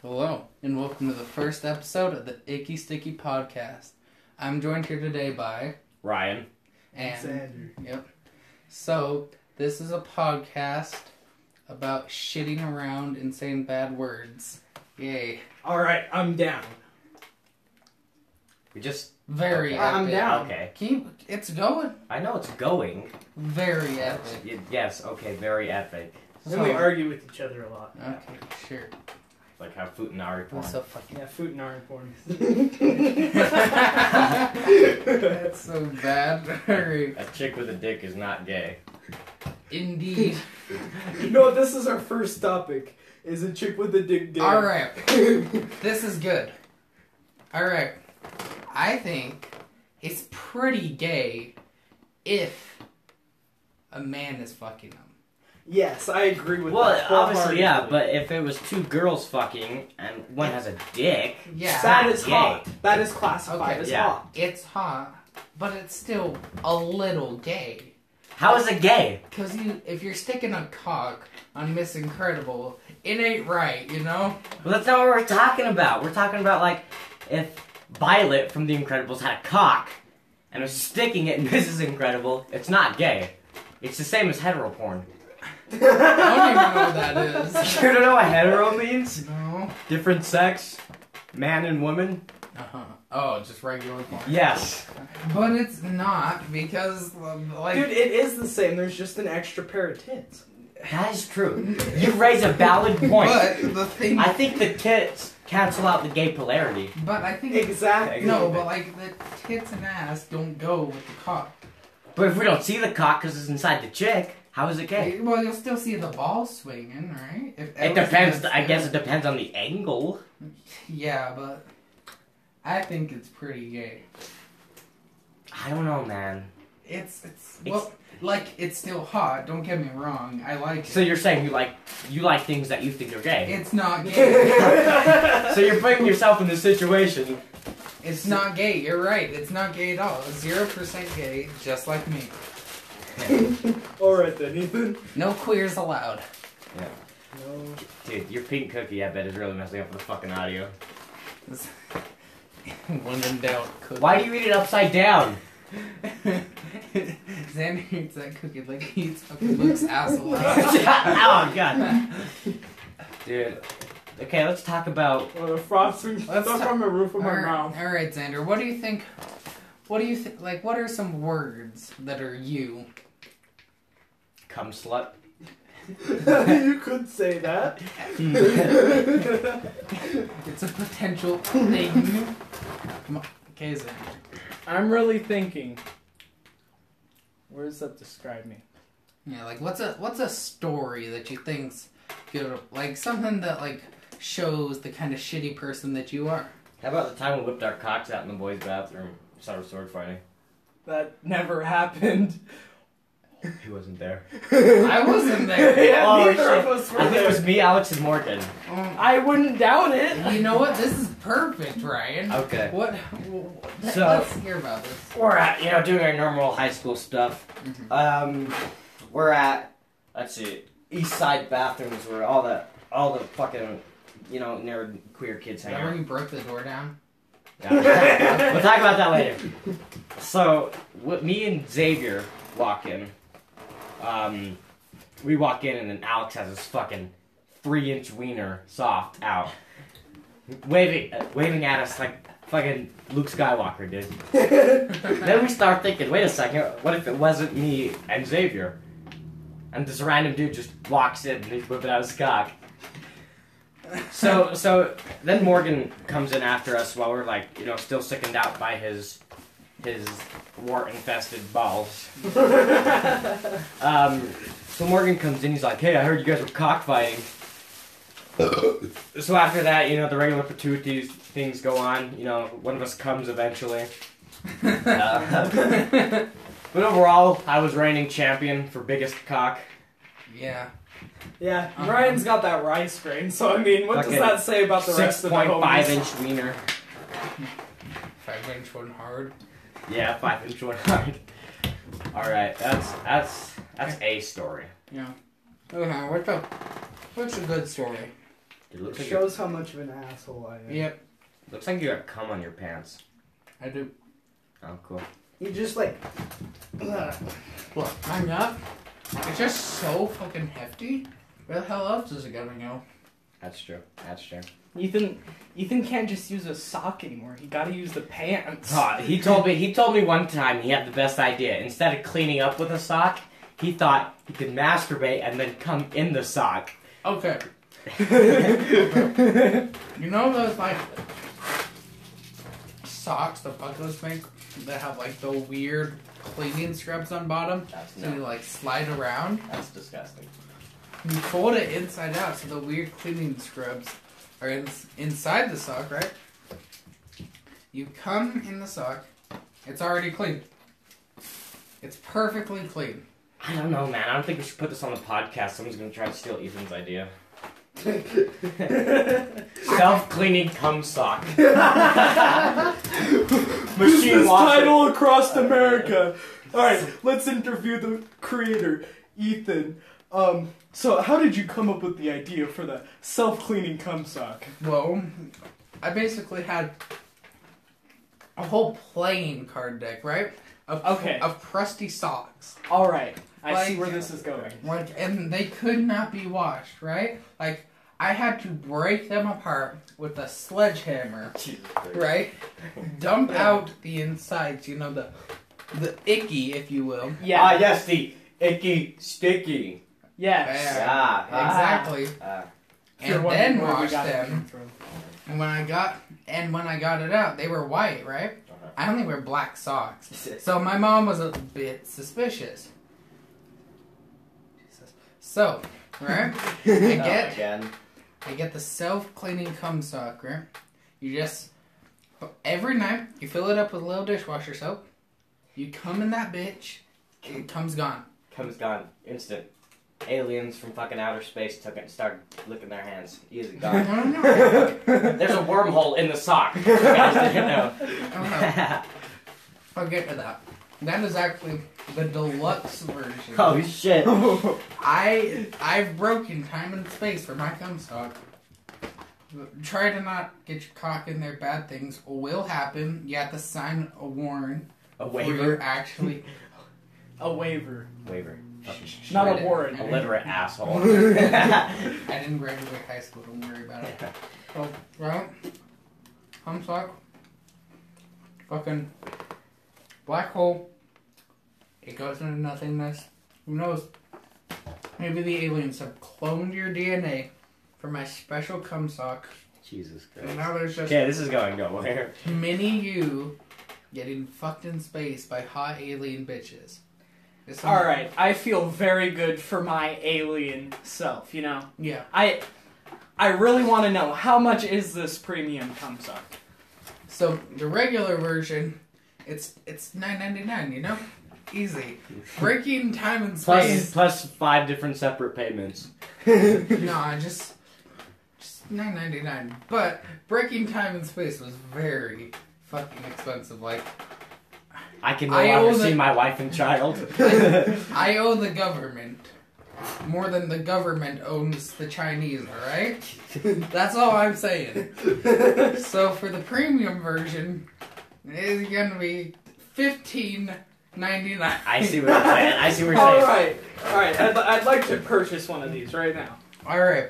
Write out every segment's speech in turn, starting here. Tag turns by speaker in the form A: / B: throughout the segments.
A: Hello, and welcome to the first episode of the Icky Sticky Podcast. I'm joined here today by
B: Ryan.
A: and
C: Xander.
A: yep. So this is a podcast about shitting around and saying bad words. Yay!
C: All right, I'm down.
B: We just
A: Very
B: Okay.
A: epic.
C: I'm down.
B: okay.
A: Keep it's going.
B: I know it's going.
A: Very epic.
B: Y- Yes. Okay. Very epic.
C: Then we argue with each other a lot.
A: Okay, sure.
B: Like how Futanari
A: That's
B: porn.
A: so fucking.
C: Yeah, food and iron porn.
A: That's so bad. Very
B: A chick with a dick is not gay.
A: Indeed.
C: no, this is our first topic. Is a chick with a dick. dick.
A: All right. This is good. All right. I think it's pretty gay if a man is fucking them.
C: yes, I agree with.
B: Well,
C: that
B: obviously, yeah.
C: wholeheartedly.
B: But if it was two girls fucking and one has a dick,
A: Yeah.
C: that is
B: Yay.
C: hot. That is classified
A: Okay.
C: as
B: Yeah.
C: hot.
A: It's hot, but it's still a little gay.
B: how is it gay?
A: Cause you, if you're sticking a cock on Miss Incredible, it ain't right, you know.
B: Well, that's not what we're talking about. We're talking about like if Violet from The Incredibles had a cock and was sticking it in Mrs. Incredible, it's not gay. It's the same as hetero porn.
A: I don't even know what that is.
B: You don't know what hetero means?
A: No.
B: Different sex, man and woman.
A: Uh huh. Oh, just regular porn.
B: Yes.
A: But it's not because like
C: Dude, it is the same. There's just an extra pair of tits.
B: That is true. You raise a valid point.
A: But the thing,
B: I think the tits cancel out the gay polarity.
A: but I think
C: Exactly.
A: No, but like the tits and ass don't go with the cock.
B: But if we don't see the cock because it's inside the chick, how is it gay?
A: Well, you'll still see the ball swinging, right? If
B: It
A: everything
B: depends.
A: is-
B: I guess it depends on the angle.
A: Yeah, but I think it's pretty gay.
B: I don't know, man.
A: It's it's well, like it's still hot. Don't get me wrong. I like it.
B: So you're saying you like you like things that you think are gay.
A: it's not gay.
B: So you're putting yourself in this situation.
A: it's not gay. You're right. It's not gay at all. Zero percent gay, just like me.
C: All right then, Ethan.
A: No queers allowed.
C: No.
B: Dude, your pink cookie, I bet, is really messing up with the fucking audio.
A: One in doubt. Cookie.
B: Why do you eat it upside down?
A: Xander eats that cookie like he eats fucking Luke's asshole.
B: oh god. Dude. Okay, let's talk about
C: Well, the frosting
A: Let's
C: stuck
A: ta-
C: on the roof of my
A: Alright-
C: mouth.
A: All right, Xander. What do you think? What do you think? Like, what are some words that are you?
B: cum slut.
C: you could say that. Hmm.
A: It's a potential thing. Come on. Okay, Xander.
C: I'm really thinking. Where does that describe me?
A: Yeah, like what's a what's a story that you think's good? Like something that like shows the kind of shitty person that you are.
B: How about the time we whipped our cocks out in the boys' bathroom? Started sword fighting.
C: That never happened.
B: He wasn't there.
A: I wasn't there.
C: Yeah,
B: Oh,
C: neither
B: shit.
C: of us were
B: I think it
C: there.
B: was me, Alex, and Morgan.
A: Um,
C: I wouldn't doubt it.
A: you know what? This is perfect, Ryan.
B: Okay.
A: What? wh-
B: So-
A: let's hear about this.
B: We're at, you know, doing our normal high school stuff.
A: Mhm.
B: Um, we're at, let's see, East Side bathrooms where all the, all the fucking, you know, nerd queer kids hang out.
A: Remember you broke the door down?
B: Yeah. we'll talk about that later. So, what me and Xavier walk in. Um, we walk in, and then Alex has his fucking three-inch wiener soft out, waving, uh, waving at us like fucking Luke Skywalker, dude. then we start thinking, wait a second, what if it wasn't me and Xavier? And this random dude just walks in and he's whipping out his cock. So, so then Morgan comes in after us while we're like, you know, still sickened out by his his wart-infested balls. Um, so Morgan comes in, he's like, "Hey, I heard you guys were cockfighting." so after that, you know, the regular patooties things go on. You know, one of us comes eventually. Uh, but overall, I was reigning champion for biggest cock.
A: Yeah.
C: yeah,
A: Uh-huh.
C: Ryan's got that rice grain, so I mean, what
B: Fucking
C: does that say about the
B: Six
C: rest of the
B: point five
C: homies?
B: inch wiener.
A: Five inch one hard.
B: Yeah, five inch one hard. All right, that's that's that's a story.
A: Okay, what's a what's a good story?
B: It
D: It
B: looks like you
D: shows how much of an asshole I am.
A: Yep,
B: looks like you got cum on your pants.
A: I do.
B: Oh, cool.
D: You just like. Ugh.
A: Look, I'm not. It's just so fucking hefty. Where the hell else is it gonna go?
B: That's true. That's true.
C: Ethan, Ethan can't just use a sock anymore. He got to use the pants.
B: God, he told me he told me one time he had the best idea. Instead of cleaning up with a sock, he thought he could masturbate and then come in the sock.
A: Okay, you know those like socks the buckles make that have like the weird cleaning scrubs on bottom,
C: That's,
A: so you like slide around.
C: that's disgusting.
A: You fold it inside out, so the weird cleaning scrubs are in, inside the sock, right? You come in the sock, it's already clean. It's perfectly clean.
B: I don't know, man. I don't think we should put this on the podcast. Someone's gonna try to steal Ethan's idea. Self-cleaning cum sock. Machine
C: Business
B: wash.
C: title across America. All right, let's interview the creator, Ethan. Um, so how did you come up with the idea for the self-cleaning cum sock?
A: Well, I basically had a whole playing card deck, right? Of,
C: Okay.
A: Of crusty socks.
C: All right, I see
A: Like-
C: where this is going.
A: Like, and they could not be washed, right? Like, I had to break them apart with a sledgehammer. right? Dump out the insides, you know, the the icky, if you will.
C: Yeah.
B: Ah, yes, the icky sticky.
C: Yes.
A: Yeah.
B: Ah,
A: Exactly.
B: ah.
C: If you're
A: And
C: wondering
A: then
C: where we
A: wash
C: got it
A: them.
C: from.
A: And when I got and when I got it out, they were white, right?
B: Uh-huh.
A: I only wear black socks. So my mom was a bit suspicious. Jesus. So, right? I get
B: again.
A: I get the self-cleaning cum sock, right? You just every night you fill it up with a little dishwasher soap. You cum in that bitch, it cum's gone.
B: Comes gone. Instant. Aliens from fucking outer space took it and started licking their hands. Easy
A: I don't
B: gone.
A: know.
B: There's a wormhole in the sock. You guys didn't know.
A: I don't know. I'll get to that. That is actually the deluxe version.
B: oh shit.
A: I I've broken time and space for my cum sock. Try to not get your cock in there. Bad things will happen. You have to sign a warrant.
B: A
A: where
B: waiver.
A: you're actually
C: A waiver,
B: Waiver. Fucking
C: not
A: Shred
C: a
A: it.
C: warrant.
B: Illiterate asshole.
A: I didn't graduate high school. Don't worry about it. So right, cum sock. Fucking black hole. It goes into nothingness. Who knows? Maybe the aliens have cloned your DNA for my special cum sock,
B: Jesus
A: and
B: Christ.
A: now there's just
B: Okay, this is going nowhere.
A: mini you getting fucked in space by hot alien bitches. It's
C: All right, I feel very good for my alien self. You know,
A: Yeah.
C: I, I really want to know how much is this premium cum sock?
A: So the regular version, it's it's nine ninety nine. You know, easy. Breaking time and
B: Plus,
A: space.
B: plus five different separate payments.
A: no, just just nine ninety nine. But breaking time and space was very fucking expensive. Like
B: I can no
A: I
B: longer
A: own
B: see
A: it.
B: my wife and child.
A: I owe the government more than the government owns the Chinese. All right, that's all I'm saying. So for the premium version, it's gonna be fifteen ninety nine.
B: I see what you're saying. I see what you're
C: All
B: saying.
C: right, all right. I'd, I'd like to purchase one of these right now.
A: All right.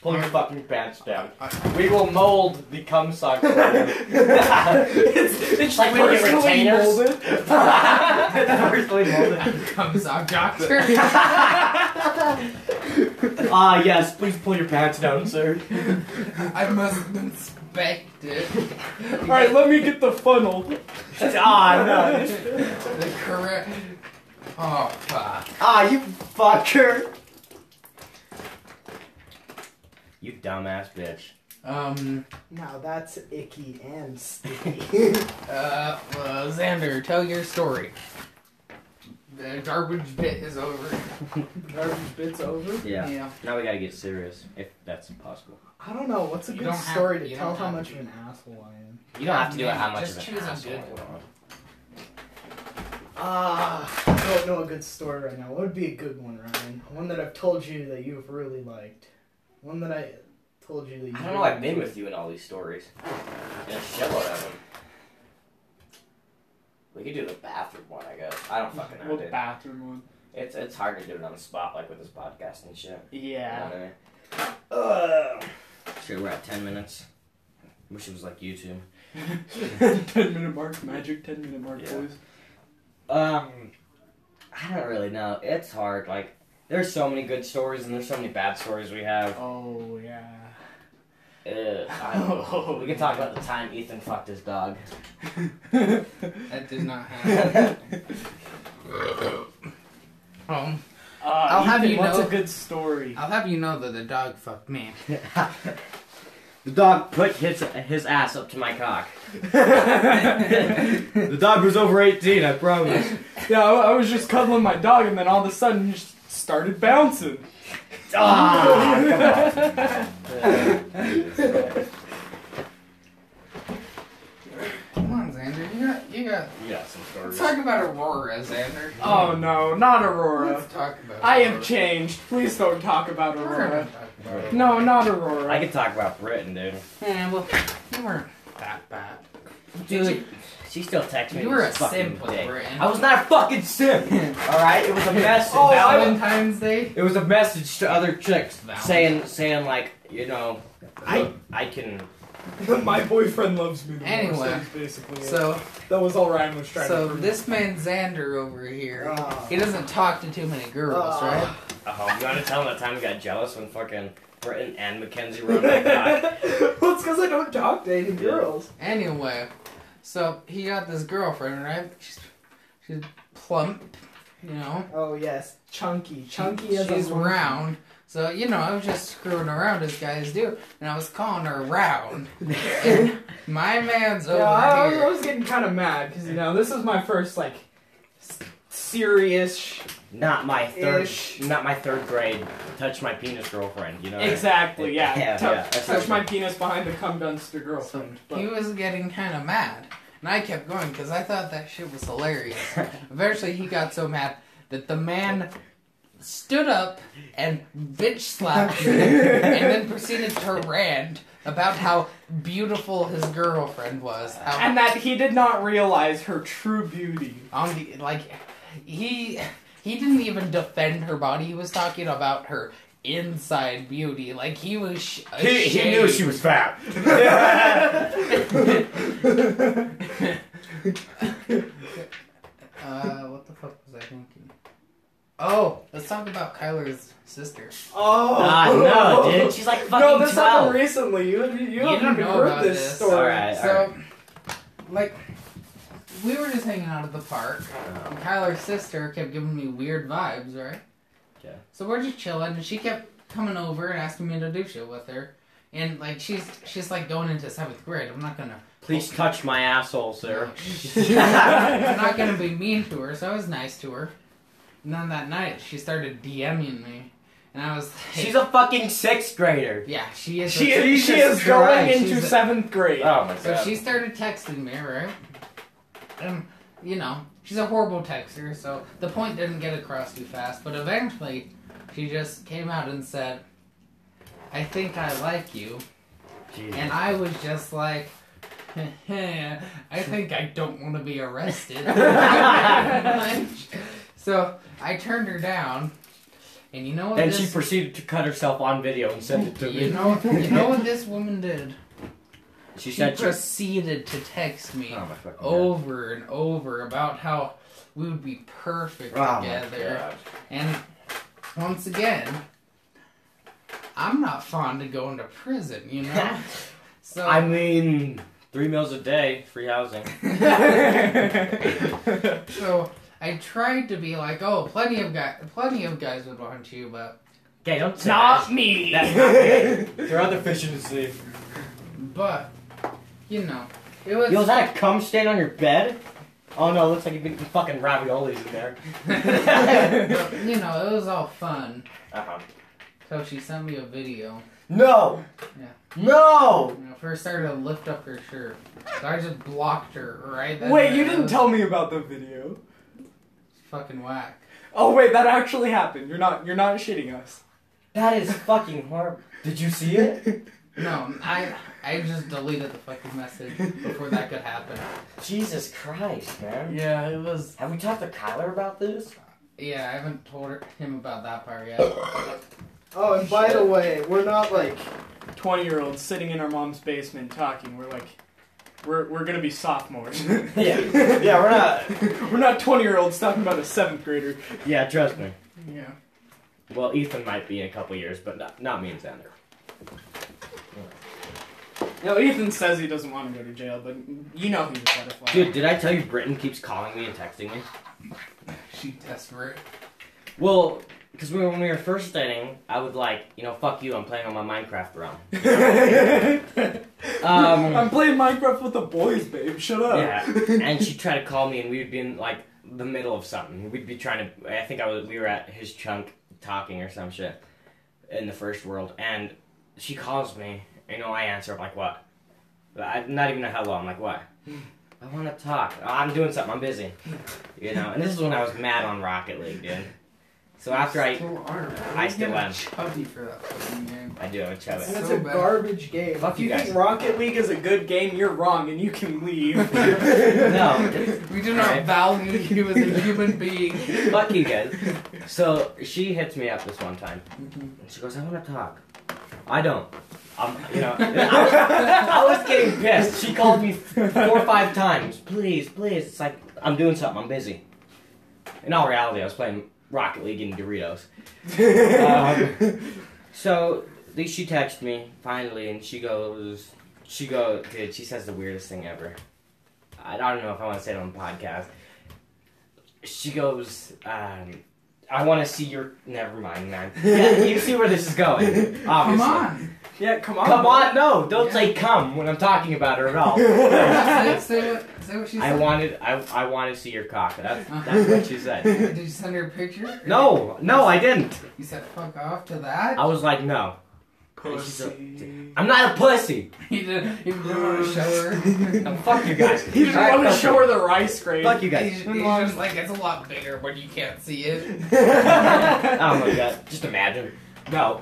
B: Pull your fucking pants down.
A: I-
B: We will mold the cum sock. for you.
C: it's it's
B: Like when you retainers. Personally molded.
A: comes out doctor.
B: Ah, yes, please pull your pants down, sir.
A: I must inspect it.
C: All right, let me get the funnel.
B: Ah, no.
A: The correct. Oh fuck.
B: Ah, you fucker. You dumbass bitch.
A: Um.
D: Now that's icky and sticky.
A: Uh. Well, Xander, tell your story. The garbage bit is over.
D: Garbage bits over.
B: Yeah. Now we gotta get serious, if that's possible.
D: I don't know. What's a
A: You
D: good
A: don't have-
D: story
A: you
D: to tell
A: don't
D: how
A: have
D: much
A: to.
D: of an asshole I am?
B: You don't have to do it how much
A: Just
B: of an
A: choose a
B: asshole.
A: good
D: Ah, I don't know a good story right now. What would be a good one, Ryan? One that I've told you that you've really liked. One that I told you that you
E: I don't know. I've been with you in all these stories. And a shitload of them. We could do the bathroom one, I guess. I don't fucking know,
C: Well,
E: dude.
C: bathroom one.
E: It's it's hard to do it on the spot, like with this podcast and shit.
C: Yeah.
E: You know what I mean? Ugh. Shit, we're at ten minutes. Wish it was like YouTube.
C: ten minute mark, magic ten minute mark,
E: Yeah.
C: boys.
E: Um, I don't really know. It's hard. Like, there's so many good stories and there's so many bad stories we have.
C: Oh yeah.
E: Ugh, I don't know.
B: Oh,
E: We can talk about the time Ethan fucked his dog.
C: Ah,
A: That did not happen. um,
C: I'll
A: have you
C: What's
A: know-
C: a good story?
A: I'll have you know that the dog fucked me.
E: the dog put his his ass up to my cock.
B: The dog was over 18, I promise.
C: Yeah, I, I was just cuddling my dog, and then all of a sudden, it just started bouncing.
E: Ah,
A: Come on, Xander. You got, you got.
B: Yeah, some
A: Let's
B: stories.
A: talk about Aurora, Xander.
C: Oh no, not Aurora.
A: Let's talk about.
C: I have
A: Aurora.
C: changed. Please don't talk about
A: We're gonna
C: Aurora.
A: talk about Aurora.
C: No, not Aurora.
B: I could talk about Britain, dude.
A: Yeah, well, you weren't that bad.
E: Dude, she still texts me.
A: You were a
E: this fucking
A: simp with
E: dick.
A: Britain.
E: I was not a fucking simp. All right, it was a message.
B: Oh, I was-
A: Valentine's Day.
B: It was a message to other chicks
A: Valentine.
B: saying, saying like, you know,
C: I-
B: I can.
C: My boyfriend loves me.
A: the most. Anyway, That's
C: basically,
A: So,
C: that was all Ryan was
A: so this man Xander over here,
C: Oh.
D: Ah.
A: he doesn't talk to too many girls,
D: Ah.
A: right?
B: Oh, you wanna tell them that time we got jealous when fucking Britain and Mackenzie were on my cock?
D: well, it's because I don't talk to any girls.
A: Anyway, so he got this girlfriend, right? She's she's plump, you know.
D: Oh yes, chunky, chunky
A: She-
D: as a
A: She's
D: monkey.
A: round. So you know, I was just screwing around as guys do, and I was calling her round. And my man's
C: yeah, I,
A: over
C: I was, I
A: here.
C: was getting kind of mad because you know this is my first like s- serious. sh-
B: Not my third,
C: Ish.
B: not my third grade. Touch my penis, girlfriend. You know.
C: Exactly. Yeah.
B: Yeah,
C: Tou-
B: yeah, that's
C: touch
B: right.
C: my penis behind the cum dumpster
A: So
C: girlfriend.
A: he
C: But
A: was getting kind of mad, and I kept going because I thought that shit was hilarious. Eventually, he got so mad that the man stood up and bitch slapped me, and then proceeded to rant about how beautiful his girlfriend was. How
C: and that he did not realize her true beauty.
A: on the like he he didn't even defend her body he was talking about her inside beauty like he was sh-
B: He, he knew she was fat.
C: Oh.
A: uh what the fuck was i thinking oh let's talk about kyler's sister
C: Oh
B: Ah, no, dude. She's like fucking
C: No, this happened
B: 12.
C: recently. You you,
A: You
C: haven't
A: don't
C: even
A: know
C: heard
A: about
C: this,
A: this.
C: story.
B: Alright.
A: so like we were just hanging out at the park
B: Uh,
A: and kyler's sister kept giving me weird vibes right
B: Yeah.
A: so we're just chilling and she kept coming over and asking me to do shit with her and like she's she's like going into seventh grade i'm not gonna
B: Please touch my asshole, sir.
A: I'm not gonna be mean to her, so I was nice to her. And then that night, she started DMing me, and I was like,
B: She's a fucking sixth grader.
A: "Yeah, she is."
C: She
A: a-
C: is, she
B: Jesus
C: is going
B: Christ,
C: into
A: she's a-
C: seventh grade.
B: Oh my god.
A: So she started texting me, right? And you know, she's a horrible texter, so the point didn't get across too fast. But eventually, she just came out and said, "I think I like you,"
B: Jesus.
A: and I was just like. I think I don't want to be arrested. so I turned her down, and you know what?
B: Then
A: this,
B: she proceeded to cut herself on video and send it to me.
A: you know, you know what this woman did?
B: she
A: She
B: said she.
A: proceeded to text me
B: Oh my fucking god.
A: over and over about how we would be perfect
B: Oh my
A: together.
B: God.
A: And once again, I'm not fond of going to prison, you know. So
B: I mean, three meals a day, free housing.
A: so I tried to be like, oh, plenty of guys, plenty of guys would want you, but
B: Okay, don't say
C: Not me.
B: That's not good. There are other fish in the sea.
A: but you know, it was.
B: Yo, is that a cum stain on your bed? Oh no, looks like you've been eating fucking raviolis in there.
A: you know, it was all fun.
B: Uh-huh.
A: So she sent me a video.
B: No!
A: Yeah.
B: No!
A: And I first started to lift up her shirt. So I just blocked her right then.
C: Wait,
A: and
C: you
A: there. It
C: didn't
A: was
C: tell me about the video.
A: Fucking whack.
C: Oh wait, that actually happened. You're not you're not shitting us.
B: That is fucking horrible.
E: Did you see it?
A: No, I I just deleted the fucking message before that could happen.
E: Jesus Christ, man.
A: Yeah, it was.
E: Have we talked to Kyler about this?
A: Yeah, I haven't told her, him about that part yet.
D: Oh, and by the way, we're not like
C: 20 year olds sitting in our mom's basement talking. We're like, we're, we're gonna be sophomores.
E: Yeah. Yeah, we're not.
C: we're not 20 year olds talking about a seventh grader.
B: Yeah, trust me.
C: Yeah.
B: Well, Ethan might be in a couple years, but not, not me and Xander.
C: No, Ethan says he doesn't want to go to jail, but you know he's a pedophile.
B: Dude, did I tell you Britton keeps calling me and texting me?
A: She desperate.
B: Well, because we, when we were first dating, I would like, you know, fuck you, I'm playing on my Minecraft realm. Um,
C: I'm playing Minecraft with the boys, babe. Shut up.
B: yeah, and she'd try to call me, and we would be in like the middle of something. We'd be trying to. I think I was. We were at his chunk talking or some shit in the first world, and she calls me. You know, I answer. I'm like, what? I, not even a hello. I'm like, what? I want to talk. "Oh, I'm doing something. I'm busy. You know, and this is when I was mad on Rocket League, dude. So after I,
A: still are.
B: I still
A: You're
B: am.
A: Chubby for that fucking game.
B: I do have a chubby.
D: that's
A: So
D: a
A: bad.
D: garbage game.
B: Fuck
C: If you
B: you guys.
C: think Rocket League is a good game, you're wrong, and you can leave.
B: No,
A: We do not
B: Alright.
A: value you as a human being.
B: Fuck you guys. So she hits me up this one time. And she goes, I want to talk. I don't. I'm, you know, I was, I was getting pissed. She called me four or five times. Please, please. It's like, I'm doing something. I'm busy. In all reality, I was playing Rocket League and Doritos. Um, so th- she texted me finally, and she goes, she goes, dude, she says the weirdest thing ever. I don't know if I want to say it on the podcast. She goes, um, I want to see your. Never mind, man. Yeah, you see where this is going. Obviously.
A: Come on.
C: yeah, come on.
B: Come on, no, don't
A: Yeah.
B: say come when I'm talking about her at all.
A: say, say what, say what she
B: I
A: said.
B: wanted, I, I want to see your cock. That's,
A: Uh-huh.
B: that's what she said.
A: Did you send her a picture?
B: No, no, I didn't.
A: You said fuck off to that?
B: I was like, no,
C: Pussy.
B: I'm not a pussy.
A: You didn't, you didn't want to show her.
B: No, fuck you guys.
C: He didn't
B: Alright,
C: want to
B: fuck
C: show her the rice grade.
B: Fuck you
A: He's,
B: guys.
A: he's just like, it's a lot bigger when you can't see it.
B: Oh my god, just imagine. No.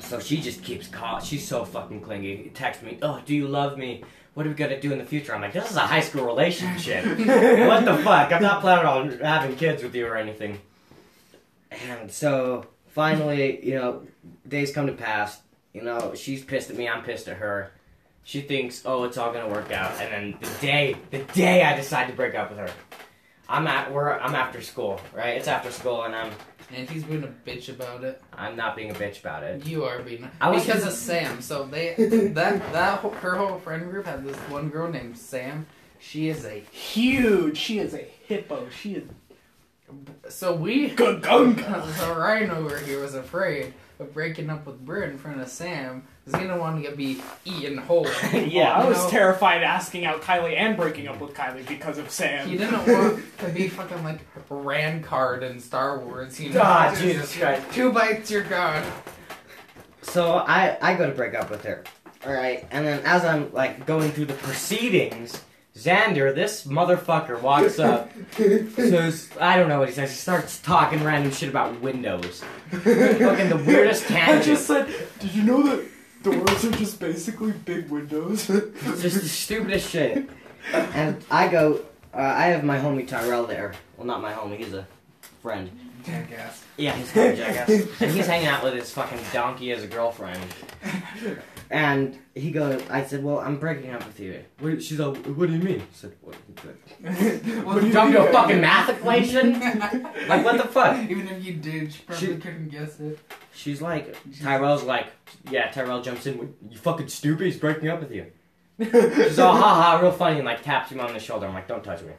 B: So she just keeps call. She's so fucking clingy. Text me, oh, do you love me? What are we gonna do in the future? I'm like, this is a high school relationship. what the fuck? I'm not planning on having kids with you or anything. And so finally, you know, days come to pass. You know, she's pissed at me. I'm pissed at her. She thinks, oh, it's all gonna work out. And then the day, the day I decide to break up with her, I'm at we're I'm after school, right? It's after school, and I'm
A: And he's being a bitch about it.
B: I'm not being a bitch about it.
A: You are being
B: I was-
A: because of Sam. So they that that whole, her whole friend group had this one girl named Sam. She is a
C: Huge. She is a hippo. She is
A: so we
C: gagunga.
A: so Ryan over here was afraid of breaking up with Britt in front of Sam because he didn't want to get be eaten whole.
C: Oh, I
A: You
C: was
A: know,
C: terrified asking out Kylie and breaking up with Kylie because of Sam.
A: He didn't want to be fucking like Rancard in Star Wars. You know,
B: Ah,
A: Just
B: Jesus Christ.
A: two bites, you're gone.
B: So I I go to break up with her, all right? And then as I'm like going through the proceedings, Xander, this motherfucker walks up, says I don't know what he says. He starts talking random shit about windows, fucking the weirdest
C: I
B: tangent.
C: just said, did you know that doors are just basically big windows?
B: It's just the stupidest shit. And I go, uh, I have my homie Tyrell there. Well, not my homie, he's a friend.
A: Jackass.
B: Yeah, he's a jackass. and he's hanging out with his fucking donkey as a girlfriend. And he goes, I said, well, I'm breaking up with you. What, she's like, what do you mean? I said, what?
C: What do you
B: Jump
C: think
B: to
C: I
B: a fucking math equation? like, what the fuck?
A: Even if you did, she probably
B: She-
A: couldn't guess it.
B: She's like, Tyrell's like, yeah, Tyrell jumps in, "What, you fucking stupid, he's breaking up with you. She's all, haha, real funny, and like taps him on the shoulder. I'm like, don't touch me.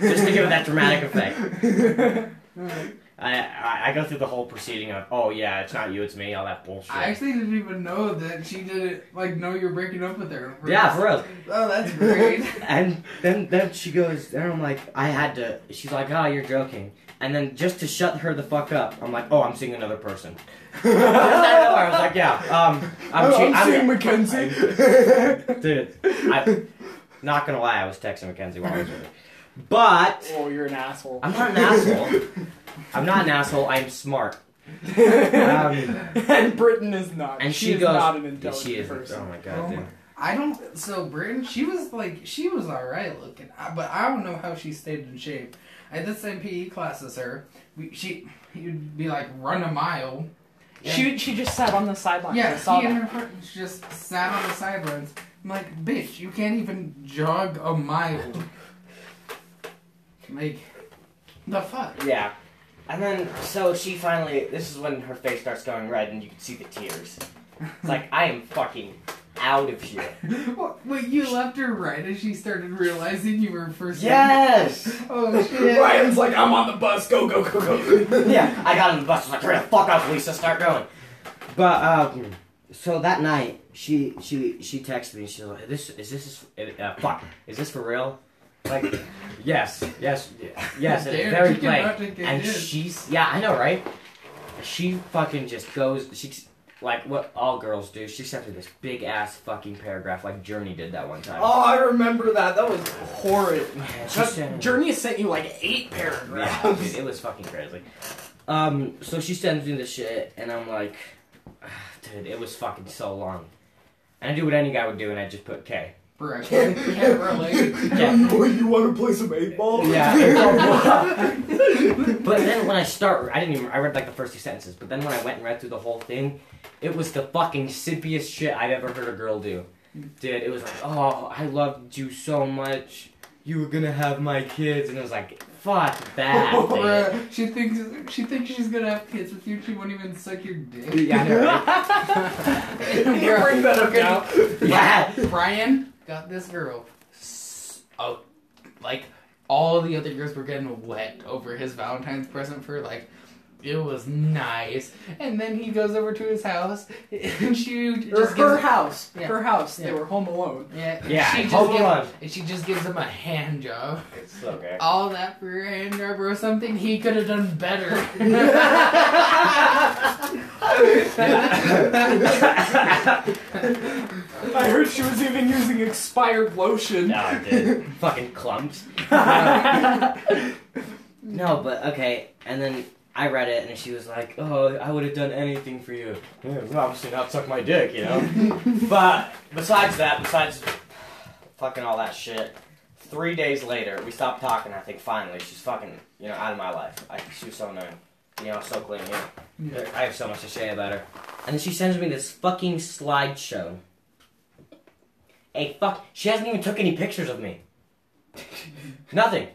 B: Just to give it that dramatic effect. I, I I go through the whole proceeding of oh yeah it's not you it's me all that bullshit.
A: I actually didn't even know that she didn't like know you're breaking up with her.
B: yeah, for real.
A: Oh, that's great.
B: And then then she goes and I'm like I had to. She's like oh you're joking. And then just to shut her the fuck up, I'm like oh I'm seeing another person. Just out of nowhere, I was like yeah um I'm,
C: Oh,
B: che-
C: I'm
B: I'm-
C: seeing Mackenzie.
B: dude. I, not gonna lie, I was texting Mackenzie while I was with her, but
C: oh, you're an asshole.
B: I'm not an asshole. I'm not an asshole. I'm smart. Um,
C: and Britain is not.
B: and
C: she,
B: she
C: is
B: goes-
C: not an
B: yeah,
C: intelligent
B: she is.
C: person.
B: Oh my
A: Oh
B: god, dude.
A: my- I don't. So Britain, she was like, she was all right looking, I- but I don't know how she stayed in shape. I did the same PE class as her. We, she, you'd be like run a mile.
C: She she just sat on the sidelines. I
A: Yeah,
C: saw
A: she and
C: that.
A: her partner just sat on the sidelines. I'm like, bitch, you can't even jog a mile. like, the fuck.
E: Yeah. And then, so she finally, this is when her face starts going red and you can see the tears. It's like, I am fucking out of here.
A: What? Wait, you left her right as she started realizing you were first.
E: Yes!
A: Oh shit.
C: Ryan's like, I'm on the bus. Go go go go.
E: yeah, I got on the bus. I was like, hurry the fuck up, Lisa, start going.
B: But um, so that night she she she texted me. She's like, "This is this is uh, fuck? Is this for real?" Like, yes, yes, yes.
A: Damn,
B: and it's very
A: she can
B: blank.
A: not take it
B: And
A: in.
B: she's yeah, I know, right? She fucking just goes. She's like what all girls do. She sent me this big ass fucking paragraph, like Journey did that one time.
D: Oh, I remember that. That was
C: Horrid.
B: And she
C: Just,
B: sent-
C: Journey has sent you like eight
B: Yeah,
C: paragraphs.
B: dude, it was fucking crazy. Um, so she sends me the shit, and I'm like, "Ah, dude, it was fucking so long. And I do what any guy would do, and I just put K.
A: Bro, I can't, can't relate.
B: Yeah.
C: Boy, you want to play some eight ball?
B: Yeah. but then when I start, I didn't even. I read like the first two sentences, but then when I went and read through the whole thing, it was the fucking simpiest shit I've ever heard a girl do. Dude, it was like, oh, I loved you so much. You were gonna have my kids, and it was like, fuck that. dude.
A: Bruh, she thinks she thinks she's gonna have kids with you. She won't even suck your dick.
B: Yeah, I know, right?
A: Bruh,
C: bring that up now.
B: yeah.
A: Brian got this girl. S- Oh, like all the other girls were getting wet over his Valentine's present for like. It was nice, and then he goes over to his house, and she just
C: Her,
A: gives
C: her house.
A: Yeah.
C: Her house. They
A: Yeah.
C: were home alone.
A: yeah,
B: Yeah,
A: she just
B: Home
A: gives,
B: Alone.
A: and she just gives him a hand job.
E: It's okay.
A: All that for a hand job or something. He could have done better.
C: I heard she was even using expired lotion.
B: No, dude. Fucking clumps. no, but okay. And then I read it, and she was like, "Oh, I would have done anything for you." Yeah, well, obviously not suck my dick, you know. but
E: Besides that, besides fucking all that shit, three days later, we stopped talking, I think, finally. She's fucking, you know, out of my life. I, she was so annoying. You know, so clean here.
B: I have so much to say about her. And then she sends me this fucking slideshow. A fuck. She hasn't even took any pictures of me. Nothing.